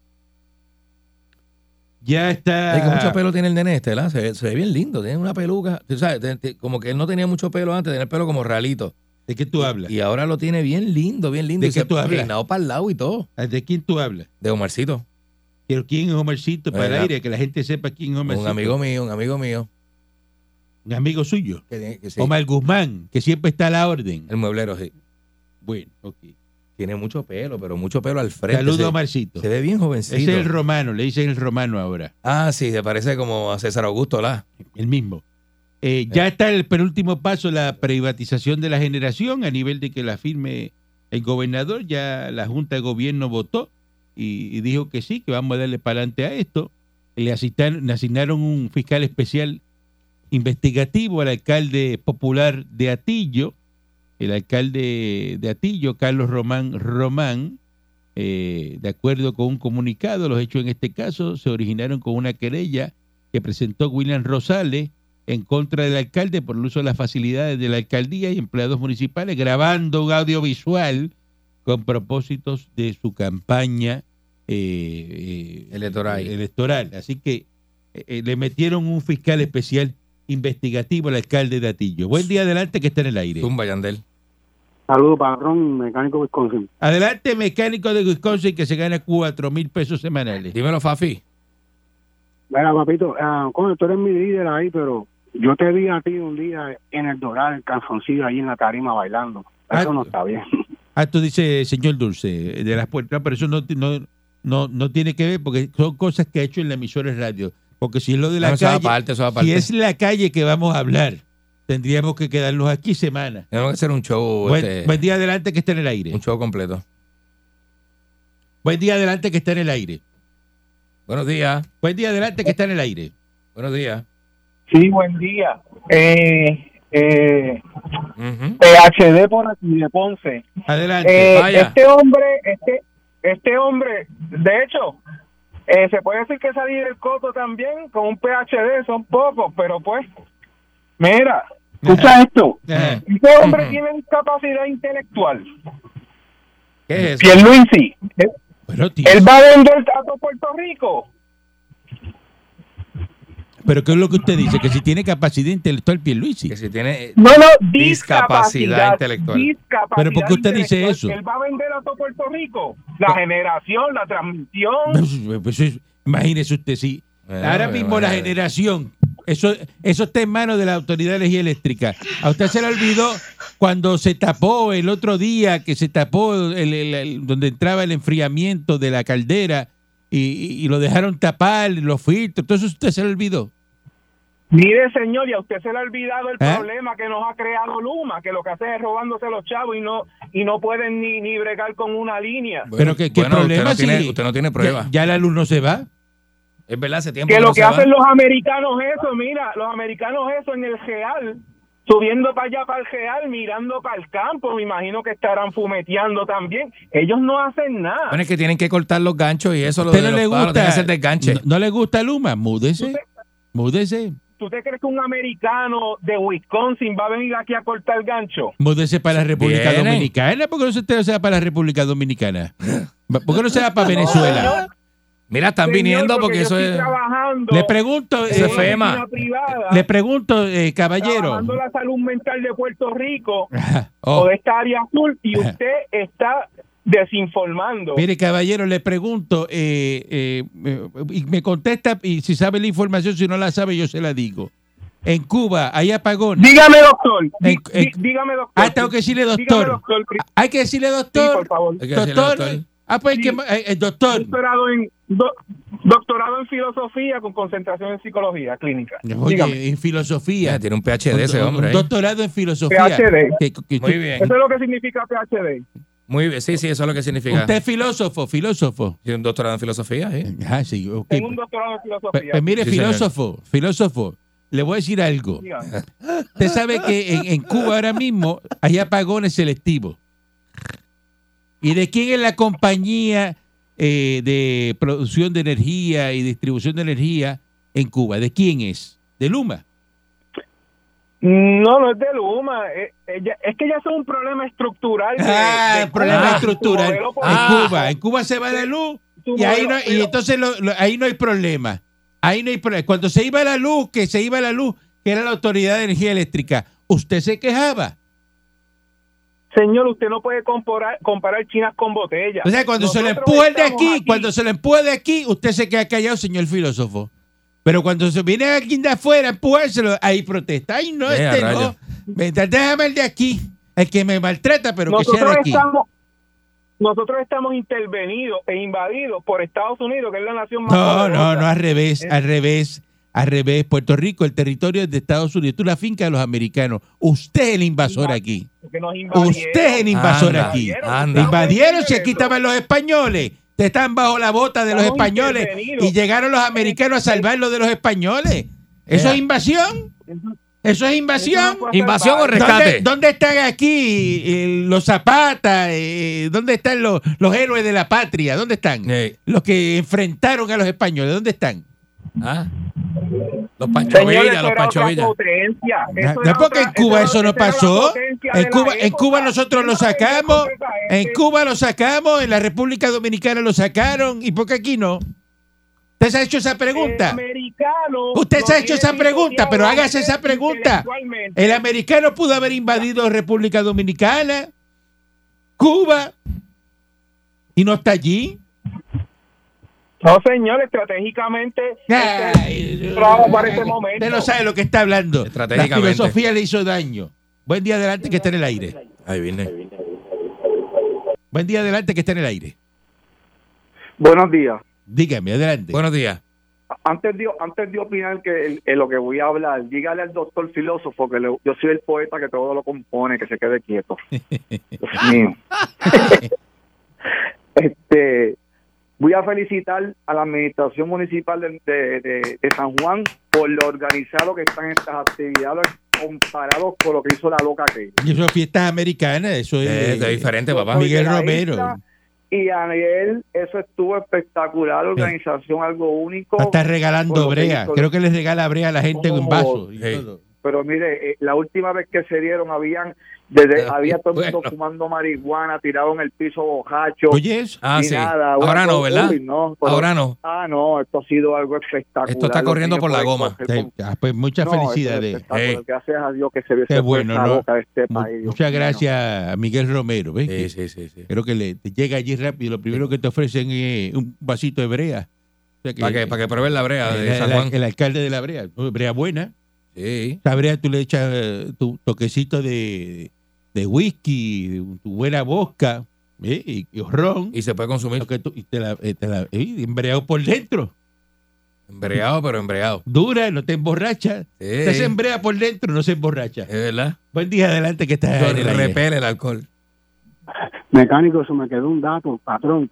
Speaker 3: Ya está.
Speaker 4: Ay, que mucho pelo tiene el nene este, ¿verdad? Se, ve- se ve bien lindo, tiene una peluca. Tú sabes, te- te- como que él no tenía mucho pelo antes, tenía el pelo como ralito.
Speaker 3: ¿De qué tú hablas?
Speaker 4: Y ahora lo tiene bien lindo, bien lindo.
Speaker 3: ¿De
Speaker 4: y
Speaker 3: qué
Speaker 4: se-
Speaker 3: tú hablas?
Speaker 4: peinado para el lado y todo.
Speaker 3: Ah, ¿De quién tú hablas?
Speaker 4: De Omarcito.
Speaker 3: Pero quién es Omarcito para el
Speaker 4: Era-
Speaker 3: aire, que la gente sepa quién es Omarcito.
Speaker 4: Un amigo mío, un amigo mío.
Speaker 3: Un amigo suyo.
Speaker 4: que tiene- que sí,
Speaker 3: Omar Guzmán, que siempre está a la orden.
Speaker 4: El mueblero, sí.
Speaker 3: Bueno, ok.
Speaker 4: Tiene mucho pelo, pero mucho pelo al frente.
Speaker 3: Saludos,
Speaker 4: se,
Speaker 3: Omarcito.
Speaker 4: se ve bien jovencito.
Speaker 3: Ese es el romano, le dicen el romano ahora,
Speaker 4: ah, sí, se parece como a César Augusto, ¿la?
Speaker 3: el mismo. Eh, ya está el penúltimo paso, la privatización de la generación, a nivel de que la firme el gobernador, ya la Junta de Gobierno votó y, y dijo que sí, que vamos a darle para adelante a esto. Le, asistan- le asignaron un fiscal especial investigativo al alcalde popular de Atillo, el alcalde de Atillo, Carlos Román Román, eh, de acuerdo con un comunicado, los hechos en este caso se originaron con una querella que presentó William Rosales en contra del alcalde por el uso de las facilidades de la alcaldía y empleados municipales, grabando un audiovisual con propósitos de su campaña eh, eh,
Speaker 4: Electoral.
Speaker 3: electoral. Así que eh, eh, le metieron un fiscal especial investigativo al alcalde de Atillo. Buen día adelante que está en el aire.
Speaker 4: Tumba Yandel.
Speaker 8: Saludos, patrón, mecánico Wisconsin.
Speaker 3: Adelante, mecánico de Wisconsin, que se gana 4 mil pesos semanales.
Speaker 4: Dímelo, Fafi.
Speaker 8: Mira, papito, ah, coño, tú eres mi líder ahí, pero yo te vi a ti un día en el Doral, el calzoncillo, ahí en la tarima bailando. Eso
Speaker 3: Ah,
Speaker 8: no está bien.
Speaker 3: Ah, tú dices, señor Dulce, eh, de las puertas, pero eso no, ti- no, no, no tiene que ver porque son cosas que ha hecho en la emisora de radio. Porque si es lo de la
Speaker 4: No, eso es
Speaker 3: calle,
Speaker 4: aparte, eso es aparte.
Speaker 3: si es la calle que vamos a hablar, tendríamos que quedarnos aquí semana.
Speaker 4: Tenemos que hacer un show,
Speaker 3: Buen,
Speaker 4: este,
Speaker 3: buen día adelante que está en el aire.
Speaker 4: un show completo.
Speaker 3: Buen día adelante que está en el aire.
Speaker 4: Buenos días,
Speaker 3: Buen día adelante que está en el aire.
Speaker 4: buenos días.
Speaker 9: Sí, buen día. Eh, eh,
Speaker 4: Ujú.
Speaker 9: PhD por aquí de Ponce.
Speaker 3: Adelante.
Speaker 9: Eh,
Speaker 4: vaya.
Speaker 9: este hombre, este, este hombre, de hecho, eh, se puede decir que salir del coto también con un PhD, son pocos, pero pues, mira, escucha esto.
Speaker 3: Ajá.
Speaker 9: Este hombre
Speaker 4: Ujú.
Speaker 9: tiene discapacidad intelectual.
Speaker 4: ¿Qué es eso?
Speaker 9: Pierluisi, él,
Speaker 3: Bueno, tío,
Speaker 9: él va a vender a todo Puerto Rico.
Speaker 3: pero ¿qué es lo que usted dice? Que si tiene capacidad intelectual, Pierluisi.
Speaker 4: Que si tiene... eh,
Speaker 9: No, no,
Speaker 4: Discapacidad intelectual.
Speaker 9: discapacidad
Speaker 3: Pero ¿por qué usted dice
Speaker 9: intelectual.
Speaker 3: eso?
Speaker 9: Él va a vender a todo Puerto Rico. La generación, la transmisión.
Speaker 3: Pues, pues, pues, imagínese usted, sí.
Speaker 4: Bueno,
Speaker 3: Ahora
Speaker 4: bueno,
Speaker 3: mismo la
Speaker 4: bueno.
Speaker 3: generación, eso, eso está en manos de las autoridades y eléctricas. A usted se le olvidó cuando se tapó el otro día, que se tapó el, el- el- donde entraba el enfriamiento de la caldera y, y- y lo dejaron tapar, los filtros, todo eso usted se le olvidó.
Speaker 9: Mire, señor, y a usted se le ha olvidado el
Speaker 3: ¿Eh?
Speaker 9: problema que nos ha creado Luma, que lo que hace es robándose a los chavos y no y no pueden ni, ni bregar con una línea.
Speaker 3: Pero que, ¿qué
Speaker 4: bueno,
Speaker 3: problema
Speaker 4: Usted no,
Speaker 3: si
Speaker 4: tiene, usted no tiene pruebas.
Speaker 3: Ya, ya la luz no se va.
Speaker 4: Es verdad, hace tiempo
Speaker 9: Que lo
Speaker 4: no se
Speaker 9: que
Speaker 4: va.
Speaker 9: hacen los americanos eso, mira, los americanos eso en el Real, subiendo para allá para el Real, mirando para el campo, me imagino que estarán fumeteando también. Ellos no hacen nada.
Speaker 4: Bueno, es que tienen que cortar los ganchos y eso lo de
Speaker 3: ¿Usted no
Speaker 4: los
Speaker 3: le
Speaker 4: palos, tiene que ser
Speaker 3: gusta?
Speaker 4: desganche.
Speaker 3: No, no le gusta Luma, múdese. Múdese.
Speaker 9: ¿Tú te crees que un americano de Wisconsin va a venir aquí a cortar gancho?
Speaker 3: Múdese para la República
Speaker 4: Vienen.
Speaker 3: Dominicana. ¿Por qué no se- usted no se va para la República Dominicana? ¿Por qué no se va para Venezuela?
Speaker 4: Mira, están
Speaker 9: Señor,
Speaker 4: viniendo porque
Speaker 9: yo
Speaker 4: eso
Speaker 9: estoy
Speaker 4: es...
Speaker 9: trabajando
Speaker 3: Le pregunto,
Speaker 4: Ese
Speaker 3: eh,
Speaker 9: en
Speaker 4: es FEMA.
Speaker 9: una privada,
Speaker 3: le pregunto, eh, caballero.
Speaker 9: trabajando la salud mental de Puerto Rico o
Speaker 3: Oh,
Speaker 9: de esta área azul y usted está desinformando.
Speaker 3: mire, caballero, le pregunto eh, eh, eh, y me contesta y si sabe la información, si no la sabe, yo se la digo. En Cuba hay apagones.
Speaker 9: Dígame, doctor. Dí-
Speaker 3: En- en-
Speaker 9: dí- dígame, doctor.
Speaker 3: Eh, Ah, tengo que decirle
Speaker 9: Dígame,
Speaker 3: doctor.
Speaker 9: doctor.
Speaker 3: Hay que decirle
Speaker 9: Sí, por
Speaker 3: doctor.
Speaker 9: favor.
Speaker 4: Hay que decirle,
Speaker 3: Doctor. Ah, pues hay que, eh, eh, doctor.
Speaker 9: Doctorado en, do- doctorado en filosofía con concentración en psicología clínica. Dígame.
Speaker 3: Oye, en filosofía.
Speaker 4: Ya, tiene un PhD ese
Speaker 3: Un-
Speaker 4: hombre. ¿eh?
Speaker 3: un
Speaker 4: ahí.
Speaker 3: doctorado en filosofía.
Speaker 9: PhD.
Speaker 3: Que- que-
Speaker 4: Muy bien,
Speaker 9: Eso es lo que significa PhD.
Speaker 4: muy bien. Sí, sí, eso es lo que significa.
Speaker 3: Usted es filósofo, filósofo.
Speaker 4: Tiene un doctorado en filosofía, sí.
Speaker 3: Ah, sí, ok.
Speaker 9: Tengo un doctorado en
Speaker 3: Pues-
Speaker 9: filosofía.
Speaker 3: pues mire,
Speaker 4: Sí, señor.
Speaker 3: filósofo, filósofo, le voy a decir algo.
Speaker 9: Dígame.
Speaker 3: Usted sabe que en, en Cuba ahora mismo hay apagones selectivos. ¿Y de quién es la compañía eh, de producción de energía y distribución de energía en Cuba? ¿De quién es? ¿De Luma?
Speaker 9: No, no es de Luma. eh, eh, ya- Es, que ya es un problema estructural. de-
Speaker 3: Ah,
Speaker 9: de
Speaker 3: el problema
Speaker 9: Cuba,
Speaker 3: estructural.
Speaker 9: tu modelo
Speaker 3: en
Speaker 9: político,
Speaker 3: Cuba, en Cuba se va la luz
Speaker 9: tu
Speaker 3: y ahí
Speaker 9: modelo-
Speaker 3: no, y entonces lo- lo- ahí no hay problema. Ahí no hay problema. Cuando se iba la luz, que se iba la luz, que era la autoridad de energía eléctrica, usted se quejaba.
Speaker 9: Señor, usted no puede comparar, comparar chinas con botellas.
Speaker 3: O sea, cuando se lo
Speaker 9: Nosotros
Speaker 3: empuja el de
Speaker 9: estamos
Speaker 3: aquí, cuando se lo empuja el de aquí, usted se queda callado, señor filósofo. Pero cuando se viene alguien de afuera a empujárselo, ahí protesta. Ay, no,
Speaker 4: Eh, a
Speaker 3: este no.
Speaker 4: rayos.
Speaker 3: Me- Déjame el de aquí. El que me maltrata, pero que sea
Speaker 9: nosotros
Speaker 3: de aquí.
Speaker 9: estamos nosotros estamos intervenidos e invadidos por Estados Unidos, que es la nación más
Speaker 3: No, no,
Speaker 9: poderosa.
Speaker 3: no, al
Speaker 9: Eh,
Speaker 3: revés, al revés, al revés. Puerto Rico, el territorio es de Estados Unidos. Tú la finca de los americanos. Usted es el invasor aquí.
Speaker 9: Porque nos invadieron.
Speaker 3: Usted es el invasor
Speaker 4: Anda,
Speaker 3: aquí.
Speaker 4: anda.
Speaker 3: Invadieron si aquí
Speaker 9: Eso.
Speaker 3: estaban los españoles. Te están bajo la bota de los
Speaker 9: Estamos Este
Speaker 3: españoles
Speaker 9: intervenidos.
Speaker 3: y llegaron los americanos a salvarlo de los españoles. ¿Eso
Speaker 4: Ea.
Speaker 3: es invasión? ¿Eso es invasión?
Speaker 9: Eso no fue
Speaker 4: ¿Invasión o
Speaker 3: ¿Dónde,
Speaker 4: rescate?
Speaker 3: dónde están aquí eh, los zapatas? eh, ¿Dónde están los, los héroes de la patria? ¿Dónde están?
Speaker 4: Eh,
Speaker 3: Los que enfrentaron a los españoles, ¿dónnes están?
Speaker 4: ah. Los Pancho
Speaker 9: Señores,
Speaker 4: Villa,
Speaker 9: eso
Speaker 4: los
Speaker 9: era
Speaker 4: Pancho
Speaker 9: otra
Speaker 4: Villa.
Speaker 9: potencia. Eso
Speaker 3: No,
Speaker 9: era
Speaker 3: no, porque en
Speaker 9: otra-
Speaker 3: Cuba eso
Speaker 9: era-
Speaker 3: no
Speaker 9: era la
Speaker 3: pasó.
Speaker 9: potencia de
Speaker 3: En
Speaker 9: la
Speaker 3: Cuba, en
Speaker 9: época.
Speaker 3: Cuba nosotros lo
Speaker 9: Eso era
Speaker 3: sacamos.
Speaker 9: otra gente.
Speaker 3: En Cuba lo sacamos. En la República Dominicana lo sacaron. ¿Y por qué aquí no? Usted se ha hecho esa pregunta.
Speaker 9: El americano
Speaker 3: Usted se
Speaker 9: lo
Speaker 3: ha hecho
Speaker 9: tiene
Speaker 3: esa pregunta,
Speaker 9: pisoteado
Speaker 3: pero hágase esa
Speaker 9: antes
Speaker 3: pregunta.
Speaker 9: intelectualmente.
Speaker 3: El americano pudo haber invadido República Dominicana, Cuba, y no está allí.
Speaker 9: No, señor, estratégicamente.
Speaker 3: Ay, eh,
Speaker 9: este, trabajo para ese momento.
Speaker 3: Usted no sabe lo que está hablando. La
Speaker 4: Estratégicamente.
Speaker 3: filosofía le hizo daño. Buen día adelante que está en el aire.
Speaker 4: Ahí viene.
Speaker 3: Buen día adelante que está en el aire.
Speaker 10: Buenos días.
Speaker 3: Dígame, adelante.
Speaker 4: Buenos días.
Speaker 10: Antes de, antes de opinar que el- en lo que voy a hablar, dígale al doctor filósofo que le- yo soy el poeta que todo lo compone, que se quede quieto. Dios mío. este, voy a felicitar a la administración municipal de, de- de- de San Juan por lo organizado que están estas actividades comparados con lo que hizo la loca que
Speaker 3: Y eso es fiestas americanas, eso es,
Speaker 4: Eh,
Speaker 3: eh,
Speaker 4: es diferente,
Speaker 10: Yo
Speaker 4: papá.
Speaker 10: soy
Speaker 3: Miguel
Speaker 10: de la
Speaker 3: Romero.
Speaker 10: isla, Y a él, eso estuvo espectacular, organización, algo único.
Speaker 3: Está regalando
Speaker 10: Bueno,
Speaker 3: brea.
Speaker 10: sí, con-
Speaker 3: Creo que les regala brea a la gente en un vaso. y
Speaker 4: Sí.
Speaker 3: todo.
Speaker 10: Pero mire, eh, la última vez que se dieron, habían desde,
Speaker 4: Ah,
Speaker 10: había todo el mundo
Speaker 4: bueno.
Speaker 10: fumando marihuana, tirado en el piso bojacho.
Speaker 3: Oye, eso.
Speaker 4: Ah,
Speaker 10: y
Speaker 4: sí.
Speaker 10: nada. Una
Speaker 4: Ahora no,
Speaker 10: cosa-
Speaker 4: ¿verdad?
Speaker 10: uy, no, pero-
Speaker 4: Ahora no.
Speaker 10: Ah, no, esto ha sido algo espectacular.
Speaker 4: Esto está
Speaker 10: Lo
Speaker 4: corriendo
Speaker 10: tiene
Speaker 4: por la
Speaker 10: ahí
Speaker 4: goma.
Speaker 10: coger
Speaker 3: Sí,
Speaker 10: con-
Speaker 3: ah, pues muchas
Speaker 10: No,
Speaker 3: felicidades.
Speaker 10: esto es espectacular.
Speaker 4: Ey.
Speaker 10: Gracias a Dios que se vio
Speaker 3: Qué
Speaker 10: ese
Speaker 3: bueno,
Speaker 10: la
Speaker 3: ¿no?
Speaker 10: boca de este
Speaker 3: Mu-
Speaker 10: país. Dios
Speaker 3: Muchas
Speaker 10: mío.
Speaker 3: gracias a Miguel Romero. ¿ves?
Speaker 4: Sí, sí, sí. sí.
Speaker 3: Creo que le te llega allí rápido. Lo primero que te ofrecen es un vasito de brea. O sea que-
Speaker 4: Para que, para que prueben la brea
Speaker 3: el,
Speaker 4: de San
Speaker 3: el-
Speaker 4: Juan.
Speaker 3: el alcalde de la brea, brea buena.
Speaker 4: Sí.
Speaker 3: Esa brea tú le echas eh, tu toquecito de, de whisky, tu buena bosca ¿eh? y, y ron.
Speaker 4: Y se puede
Speaker 3: Lo
Speaker 4: consumir
Speaker 3: que tú- y te la, eh, te la- eh, embreado por dentro.
Speaker 4: embreado, pero embreado.
Speaker 3: Dura, no te emborracha.
Speaker 4: Sí. Eh.
Speaker 3: Te se
Speaker 4: Es
Speaker 3: embrea por dentro, no se emborracha.
Speaker 4: verdad.
Speaker 3: Buen día adelante que estás en el aire.
Speaker 4: Repele el alcohol.
Speaker 8: Mecánico, se me quedó un dato, patrón.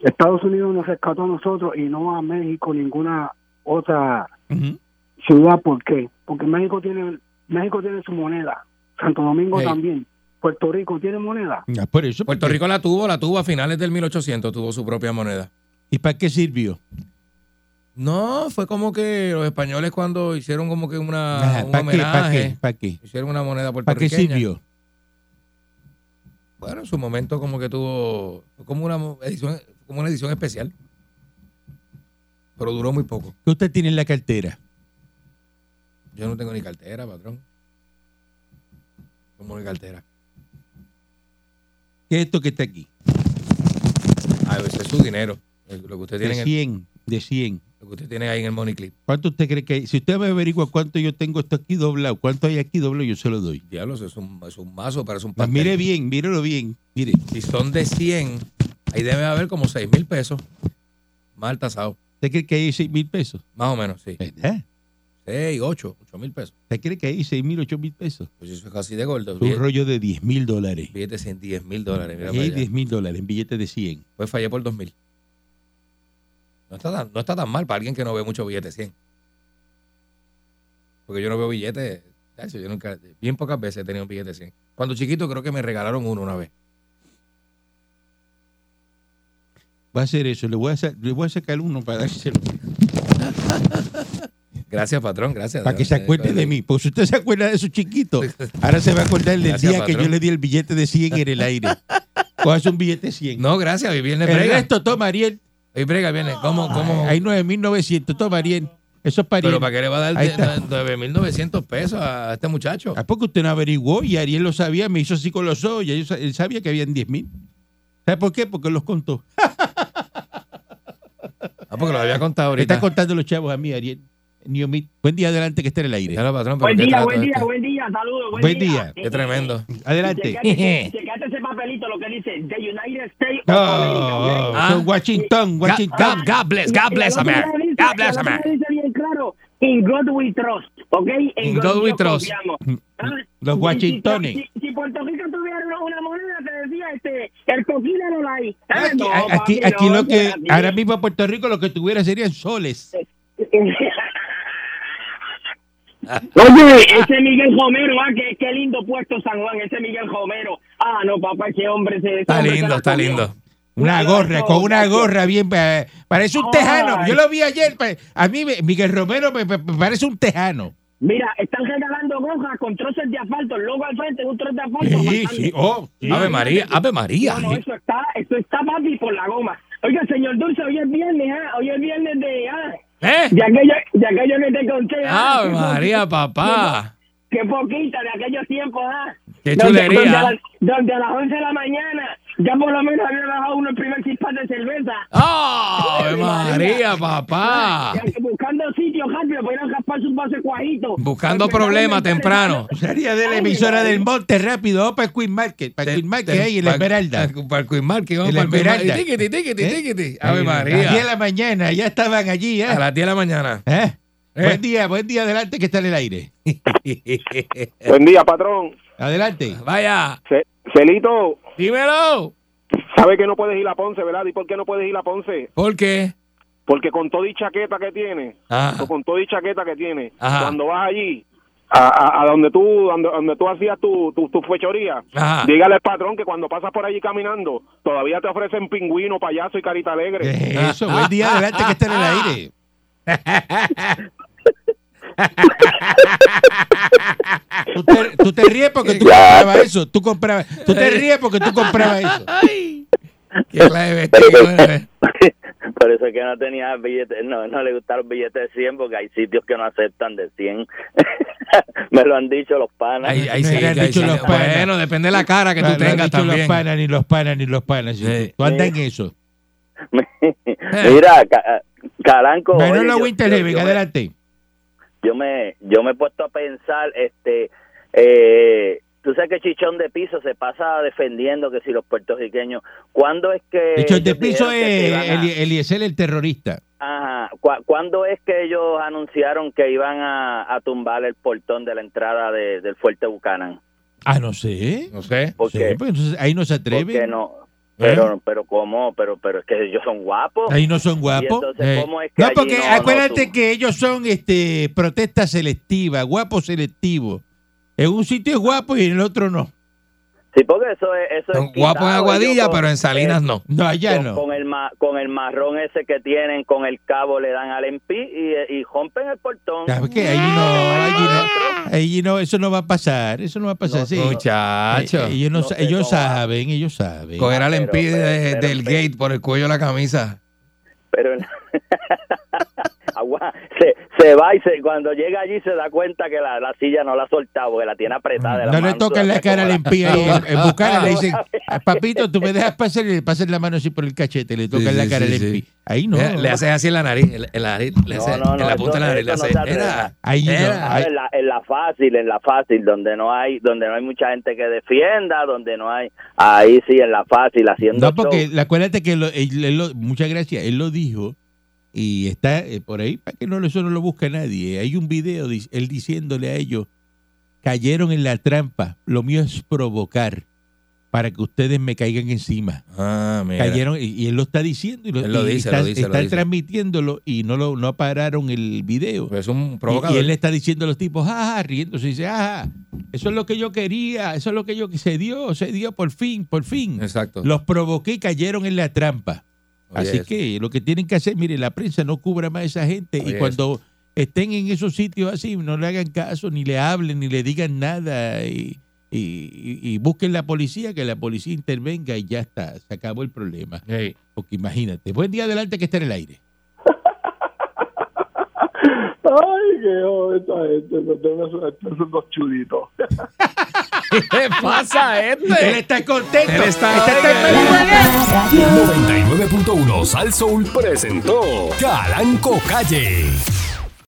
Speaker 8: Estados Unidos nos rescató a nosotros y no a México, ninguna otra
Speaker 3: Ujú.
Speaker 8: ciudad. ¿Por qué? Porque México tiene, México tiene su moneda. Santo Domingo
Speaker 4: Ey.
Speaker 8: también. Puerto Rico tiene moneda.
Speaker 3: Ah, por eso.
Speaker 4: Puerto Rico la tuvo, la tuvo a finales del 1800, tuvo su propia moneda.
Speaker 3: ¿Y para qué sirvió?
Speaker 4: No, fue como que los españoles cuando hicieron como que una,
Speaker 3: Ajá,
Speaker 4: Ah, un
Speaker 3: ¿Para qué? ¿Para
Speaker 4: homenaje,
Speaker 3: qué? ¿Para qué?
Speaker 4: hicieron una moneda
Speaker 3: ¿Para qué
Speaker 4: puertorriqueña.
Speaker 3: sirvió?
Speaker 4: Bueno, en su momento como que tuvo fue como una mo- edición, como una edición especial. Pero duró muy poco.
Speaker 3: ¿Qué usted tiene en la cartera?
Speaker 4: Yo no tengo ni cartera, patrón. Como ni cartera.
Speaker 3: ¿Qué es esto que está aquí?
Speaker 4: Ah, ese es su dinero. El- Lo que usted
Speaker 3: De
Speaker 4: tiene, en el-
Speaker 3: 100, de 100.
Speaker 4: lo que usted tiene ahí en el money clip.
Speaker 3: ¿Cuánto usted cree que hay? Si usted me averigua cuánto yo tengo esto aquí doblado, cuánto hay aquí doblado, yo se lo doy.
Speaker 4: Diablos, es un, es un mazo, parece un
Speaker 3: Mas
Speaker 4: pastel.
Speaker 3: Pues mire bien, mírelo bien. Mire,
Speaker 4: Si son de 100, ahí debe haber como 6 mil pesos. Mal tasado.
Speaker 3: ¿usted cree que hay 6 mil pesos?
Speaker 4: Más o menos, sí.
Speaker 3: ¿Verdad?
Speaker 4: 6, 8, 8 mil pesos.
Speaker 3: ¿Usted cree que hay 6 mil, 8 mil pesos?
Speaker 4: Pues eso es casi de gordo.
Speaker 3: Un
Speaker 4: Billete-
Speaker 3: rollo de 10 mil dólares.
Speaker 4: Billetes en 10 mil dólares. Mira
Speaker 3: Ahí
Speaker 4: para
Speaker 3: hay
Speaker 4: allá.
Speaker 3: 10 mil dólares en billetes de 100.
Speaker 4: Pues fallé por 2 mil. No está, tan, no está tan mal para alguien que no ve mucho billete 100. Porque yo no veo billetes. chacho, Yo nunca, bien pocas veces he tenido un billete 100. Cuando chiquito creo que me regalaron uno una vez.
Speaker 3: Va a hacer eso, le voy a, sa- le voy a sacar uno para dárselo.
Speaker 4: Gracias, patrón, gracias.
Speaker 3: Para que se acuerde de mí. Pues usted se acuerda de su chiquito. Ahora se va a acordar del
Speaker 4: Gracias,
Speaker 3: día que
Speaker 4: patrón.
Speaker 3: yo le di el billete de 100 en el aire. Cojas un billete de 100.
Speaker 4: No, gracias, hoy viene
Speaker 3: el
Speaker 4: brega.
Speaker 3: resto, toma, Ariel.
Speaker 4: Hoy brega viene. ¿Cómo, cómo?
Speaker 3: Hay 9.900, toma, Ariel. Eso es para Ariel.
Speaker 4: pero ¿para qué le va a dar
Speaker 3: Ahí está.
Speaker 4: 9.900 pesos a este muchacho?
Speaker 3: ¿A poco usted no averiguó? Y Ariel lo sabía, me hizo así con los ojos. Y él sa- él sabía que habían 10.000. ¿Sabe por qué? Porque los contó.
Speaker 4: Ah, porque lo había contado
Speaker 3: Me
Speaker 4: ahorita.
Speaker 3: están contando los chavos a mí, Ariel. Ni a mí. Buen día, adelante, que esté en el aire.
Speaker 4: Ya lo, patrón, pero
Speaker 9: Buen
Speaker 4: qué
Speaker 9: día,
Speaker 4: trato
Speaker 9: buen día,
Speaker 4: este.
Speaker 9: buen día, saludos, buen,
Speaker 3: Buen día.
Speaker 4: Qué tremendo.
Speaker 3: Adelante.
Speaker 9: Checate, checate ese papelito, lo que dice The United States
Speaker 3: No,
Speaker 9: of America.
Speaker 3: Oh, son
Speaker 4: Ah.
Speaker 3: Washington,
Speaker 4: God,
Speaker 3: Washington.
Speaker 4: God- God bless, God bless America. God bless
Speaker 9: America.
Speaker 4: America.
Speaker 9: Dice bien claro, in God we trust, ¿ok?
Speaker 4: In God we
Speaker 9: Dios
Speaker 4: trust. Mm,
Speaker 9: confiamos. Ah,
Speaker 3: Los
Speaker 9: si-
Speaker 3: Washingtones.
Speaker 9: Si, si Puerto Rico tuviera una- una moneda, te decía, este, el coquín de los ahí. Ah,
Speaker 3: Aquí,
Speaker 9: no,
Speaker 3: a-
Speaker 9: papi,
Speaker 3: aquí,
Speaker 9: no,
Speaker 3: aquí lo que
Speaker 9: papi.
Speaker 3: ahora mismo en Puerto Rico lo que tuviera serían soles.
Speaker 9: Oye, ese Miguel Romero, ah, qué, qué lindo puesto San Juan, ese Miguel Romero. Ah, no, papá, qué hombre ese- ese
Speaker 4: Está
Speaker 9: hombre se
Speaker 4: lindo,
Speaker 9: la
Speaker 4: está
Speaker 9: comió.
Speaker 4: lindo.
Speaker 3: Una
Speaker 9: Mira,
Speaker 3: gorra,
Speaker 9: eso,
Speaker 3: con una
Speaker 9: gracias.
Speaker 3: gorra bien. eh, Parece un
Speaker 9: Ay.
Speaker 3: tejano. Yo lo vi ayer. pa- A mí, me- Miguel Romero me, me- me parece un tejano.
Speaker 9: Mira, están regalando gorras con trozos de asfalto, el logo al frente, un trozo de asfalto.
Speaker 3: Sí,
Speaker 9: faltando.
Speaker 3: sí. Oh, sí.
Speaker 4: Ave María, Ave María.
Speaker 9: No, no, eso está, eso está papi por la goma. Oiga, señor Dulce, hoy es viernes, ah, hoy es viernes de, ah,
Speaker 4: ¿Eh?
Speaker 9: de aquello, de aquello que te conté. ah,
Speaker 4: Ave
Speaker 9: qué po-
Speaker 4: María, papá.
Speaker 9: Qué poquita de aquellos tiempos, ah.
Speaker 4: Qué
Speaker 9: Donde- Donde, a
Speaker 4: chulería.
Speaker 9: las- donde a las 11 de la mañana ya por lo menos había bajado uno el primer chispán de cerveza.
Speaker 4: ¡Ah, Ave María, papá.
Speaker 9: Ya, Buscando sitios rápido para ir a gasparse un vaso de cuajito.
Speaker 4: Buscando
Speaker 9: Esperando
Speaker 4: problemas
Speaker 9: el-
Speaker 4: temprano.
Speaker 3: Sería de la emisora del monte rápido. Vamos para el Queen Market. Para el Queen Market ahí en la Esmeralda.
Speaker 4: Para- Para el Queen Market, vamos
Speaker 3: En
Speaker 4: para
Speaker 3: la
Speaker 4: el Queen Market.
Speaker 3: Esmeralda.
Speaker 4: Tíquete, tíquete, tíquete.
Speaker 3: A
Speaker 4: Ave
Speaker 3: las 10 de
Speaker 4: María.
Speaker 3: la mañana. Ya estaban allí. ¿eh?
Speaker 4: A las 10 de la mañana.
Speaker 3: ¿Eh?
Speaker 4: Eh.
Speaker 3: Buen día, buen día. Adelante, que está en el aire.
Speaker 11: Buen día, patrón.
Speaker 3: Adelante.
Speaker 4: Vaya,
Speaker 11: Ce- Celito,
Speaker 4: dímelo.
Speaker 11: sabe que no puedes ir a Ponce, ¿verdad? ¿Y por qué no puedes ir a Ponce?
Speaker 4: ¿Por qué?
Speaker 11: Porque con toda y chaqueta que tiene,
Speaker 4: Ah,
Speaker 11: o con toda y chaqueta que tiene,
Speaker 4: Ajá.
Speaker 11: cuando vas allí, a, a- a donde tú donde, donde tú hacías tu, tu, tu fechoría,
Speaker 4: Ajá.
Speaker 11: dígale al patrón que cuando pasas por allí caminando, todavía te ofrecen pingüino, payaso y carita alegre.
Speaker 3: ¿Qué es Eso, buen día, adelante, que está en el aire. Tú te, tú te ríes porque tú comprabas eso. Tú, comprabas, tú te ríes porque tú comprabas eso.
Speaker 4: qué clase de bestia que eres.
Speaker 5: Por eso es que no tenía billetes, no, no le gustaron billetes de 100 porque hay sitios que no aceptan de 100. Me lo han dicho los panas.
Speaker 4: Ahí, ahí
Speaker 3: Me
Speaker 4: sí,
Speaker 3: hubieran
Speaker 4: ahí
Speaker 3: dicho
Speaker 4: sí.
Speaker 3: los panas.
Speaker 4: Bueno, depende de la cara que
Speaker 3: No
Speaker 4: tú
Speaker 3: han
Speaker 4: tengas
Speaker 3: dicho Los
Speaker 4: también.
Speaker 3: panas, ni los panas, ni los panas. sí.
Speaker 4: Sí.
Speaker 3: Tú andas en eso. Eh.
Speaker 5: Mira, ca- Caranco. oye,
Speaker 3: Manolo
Speaker 5: yo-
Speaker 3: Winter
Speaker 5: yo-
Speaker 3: Living,
Speaker 5: yo me-
Speaker 3: adelante.
Speaker 5: yo me yo me he puesto a pensar este eh, tú sabes que Chichón de Piso se pasa defendiendo que si los puertorriqueños ¿cuándo es que
Speaker 3: Dicho, el de
Speaker 5: ellos
Speaker 3: piso
Speaker 5: dijeron que se
Speaker 3: es
Speaker 5: iban a-
Speaker 3: Eli- Eliezer el terrorista.
Speaker 5: ajá, cua- ¿cuándo es que ellos anunciaron que iban a, a tumbar el portón de la entrada de- del Fuerte Bucanan?
Speaker 3: Ah, no sé.
Speaker 4: No sé.
Speaker 5: ¿Por
Speaker 3: Sí,
Speaker 5: qué?
Speaker 3: pues, Eh. entonces, ahí no se
Speaker 5: Porque
Speaker 3: atreven.
Speaker 5: no pero pero cómo pero pero es que ellos son guapos
Speaker 3: Ahí no son guapos.
Speaker 5: Y entonces,
Speaker 3: Eh.
Speaker 5: ¿cómo es que
Speaker 3: no,
Speaker 5: allí
Speaker 3: porque
Speaker 5: no- no
Speaker 3: acuérdate
Speaker 5: tú-
Speaker 3: que ellos son este protesta selectiva, guapos selectivos. En un sitio es guapo y en el otro no.
Speaker 5: sí porque eso es eso es
Speaker 4: Son guapos en
Speaker 5: quitado, ellos
Speaker 4: Aguadilla,
Speaker 5: con-
Speaker 4: pero en Salinas no.
Speaker 3: No, allá
Speaker 5: con,
Speaker 3: no.
Speaker 5: con el ma- con el marrón ese que tienen con el cabo le dan al empí y, y rompen el portón
Speaker 3: ¿Sabes qué? Ahí no, allí no, allí no, eso no va a pasar, eso no va a pasar. sí.
Speaker 4: Muchacho.
Speaker 3: Eh, ellos no
Speaker 5: No
Speaker 3: sa-
Speaker 5: sé
Speaker 3: ellos
Speaker 5: cómo va.
Speaker 3: saben, ellos saben.
Speaker 4: Coger al
Speaker 5: Ah, pero,
Speaker 4: empide
Speaker 5: pero,
Speaker 4: de-
Speaker 5: pero,
Speaker 4: del
Speaker 5: pero.
Speaker 4: gate por el cuello de la camisa.
Speaker 5: pero en- Agua- se, se va y se, cuando llega allí se da cuenta que la, la silla no la ha soltado porque la tiene apretada de la
Speaker 3: No le
Speaker 5: mano,
Speaker 3: tocan la
Speaker 5: ¿sabes?
Speaker 3: cara al
Speaker 5: Como
Speaker 3: empí ahí. En, en Bucanas le dicen, "Ah, papito, tú me dejas pasar y le pasan la mano así por el cachete, le tocan
Speaker 4: Sí,
Speaker 3: la
Speaker 4: sí,
Speaker 3: cara
Speaker 4: sí,
Speaker 3: al
Speaker 4: sí.
Speaker 3: empí. Ahí no.
Speaker 4: Le, le haces así en la nariz. en la- en la nariz, le
Speaker 5: No,
Speaker 4: haces-
Speaker 5: no, no,
Speaker 4: en la punta de la
Speaker 5: eso-
Speaker 4: nariz. Le
Speaker 5: eso
Speaker 4: haces,
Speaker 5: no se atreve.
Speaker 4: "Era,
Speaker 3: Ahí no,
Speaker 4: era".
Speaker 5: Ah,
Speaker 3: ahí-
Speaker 5: en, la, en la fácil, en la fácil, donde no hay, donde no hay mucha gente que defienda, donde no hay, ahí sí, en la fácil, haciendo
Speaker 3: No, porque
Speaker 5: show.
Speaker 3: la- acuérdate que lo- él- él lo- muchas gracias, él lo dijo y está eh, por ahí para que no lo- eso no lo busca nadie. Hay un video de él diciéndole a ellos, cayeron en la trampa, lo mío es provocar para que ustedes me caigan encima.
Speaker 4: Ah, mira.
Speaker 3: Cayeron y, y él lo está diciendo y lo,
Speaker 4: Él lo
Speaker 3: y
Speaker 4: dice,
Speaker 3: está,
Speaker 4: lo dice, lo
Speaker 3: está
Speaker 4: dice.
Speaker 3: transmitiéndolo y no lo no pararon el video.
Speaker 4: Pues Es un
Speaker 3: Y-
Speaker 4: provocador.
Speaker 3: Y, él le está diciendo a los tipos, ajá, riéndose, y dice, ajá, eso es lo que yo quería, eso es lo que yo se dio, se dio por fin, por fin.
Speaker 4: Exacto.
Speaker 3: Los provoqué y cayeron en la trampa.
Speaker 4: Oye,
Speaker 3: Así
Speaker 4: eso.
Speaker 3: que lo que tienen que hacer, mire, la prensa no cubra más a esa gente
Speaker 4: Oye,
Speaker 3: y cuando estén en esos sitios así, no le hagan caso, ni le hablen, ni le digan nada y, y, y- y busquen la policía, que la policía intervenga y ya está, se acabó el problema. Porque imagínate, buen día adelante que está en el aire.
Speaker 12: Ay, qué joder, esta gente. no tengo suerte, son dos chuditos.
Speaker 13: ¿Qué pasa a este? Él está contento. Él está,
Speaker 1: La 99.1 Sal Soul presentó Calanco Calle.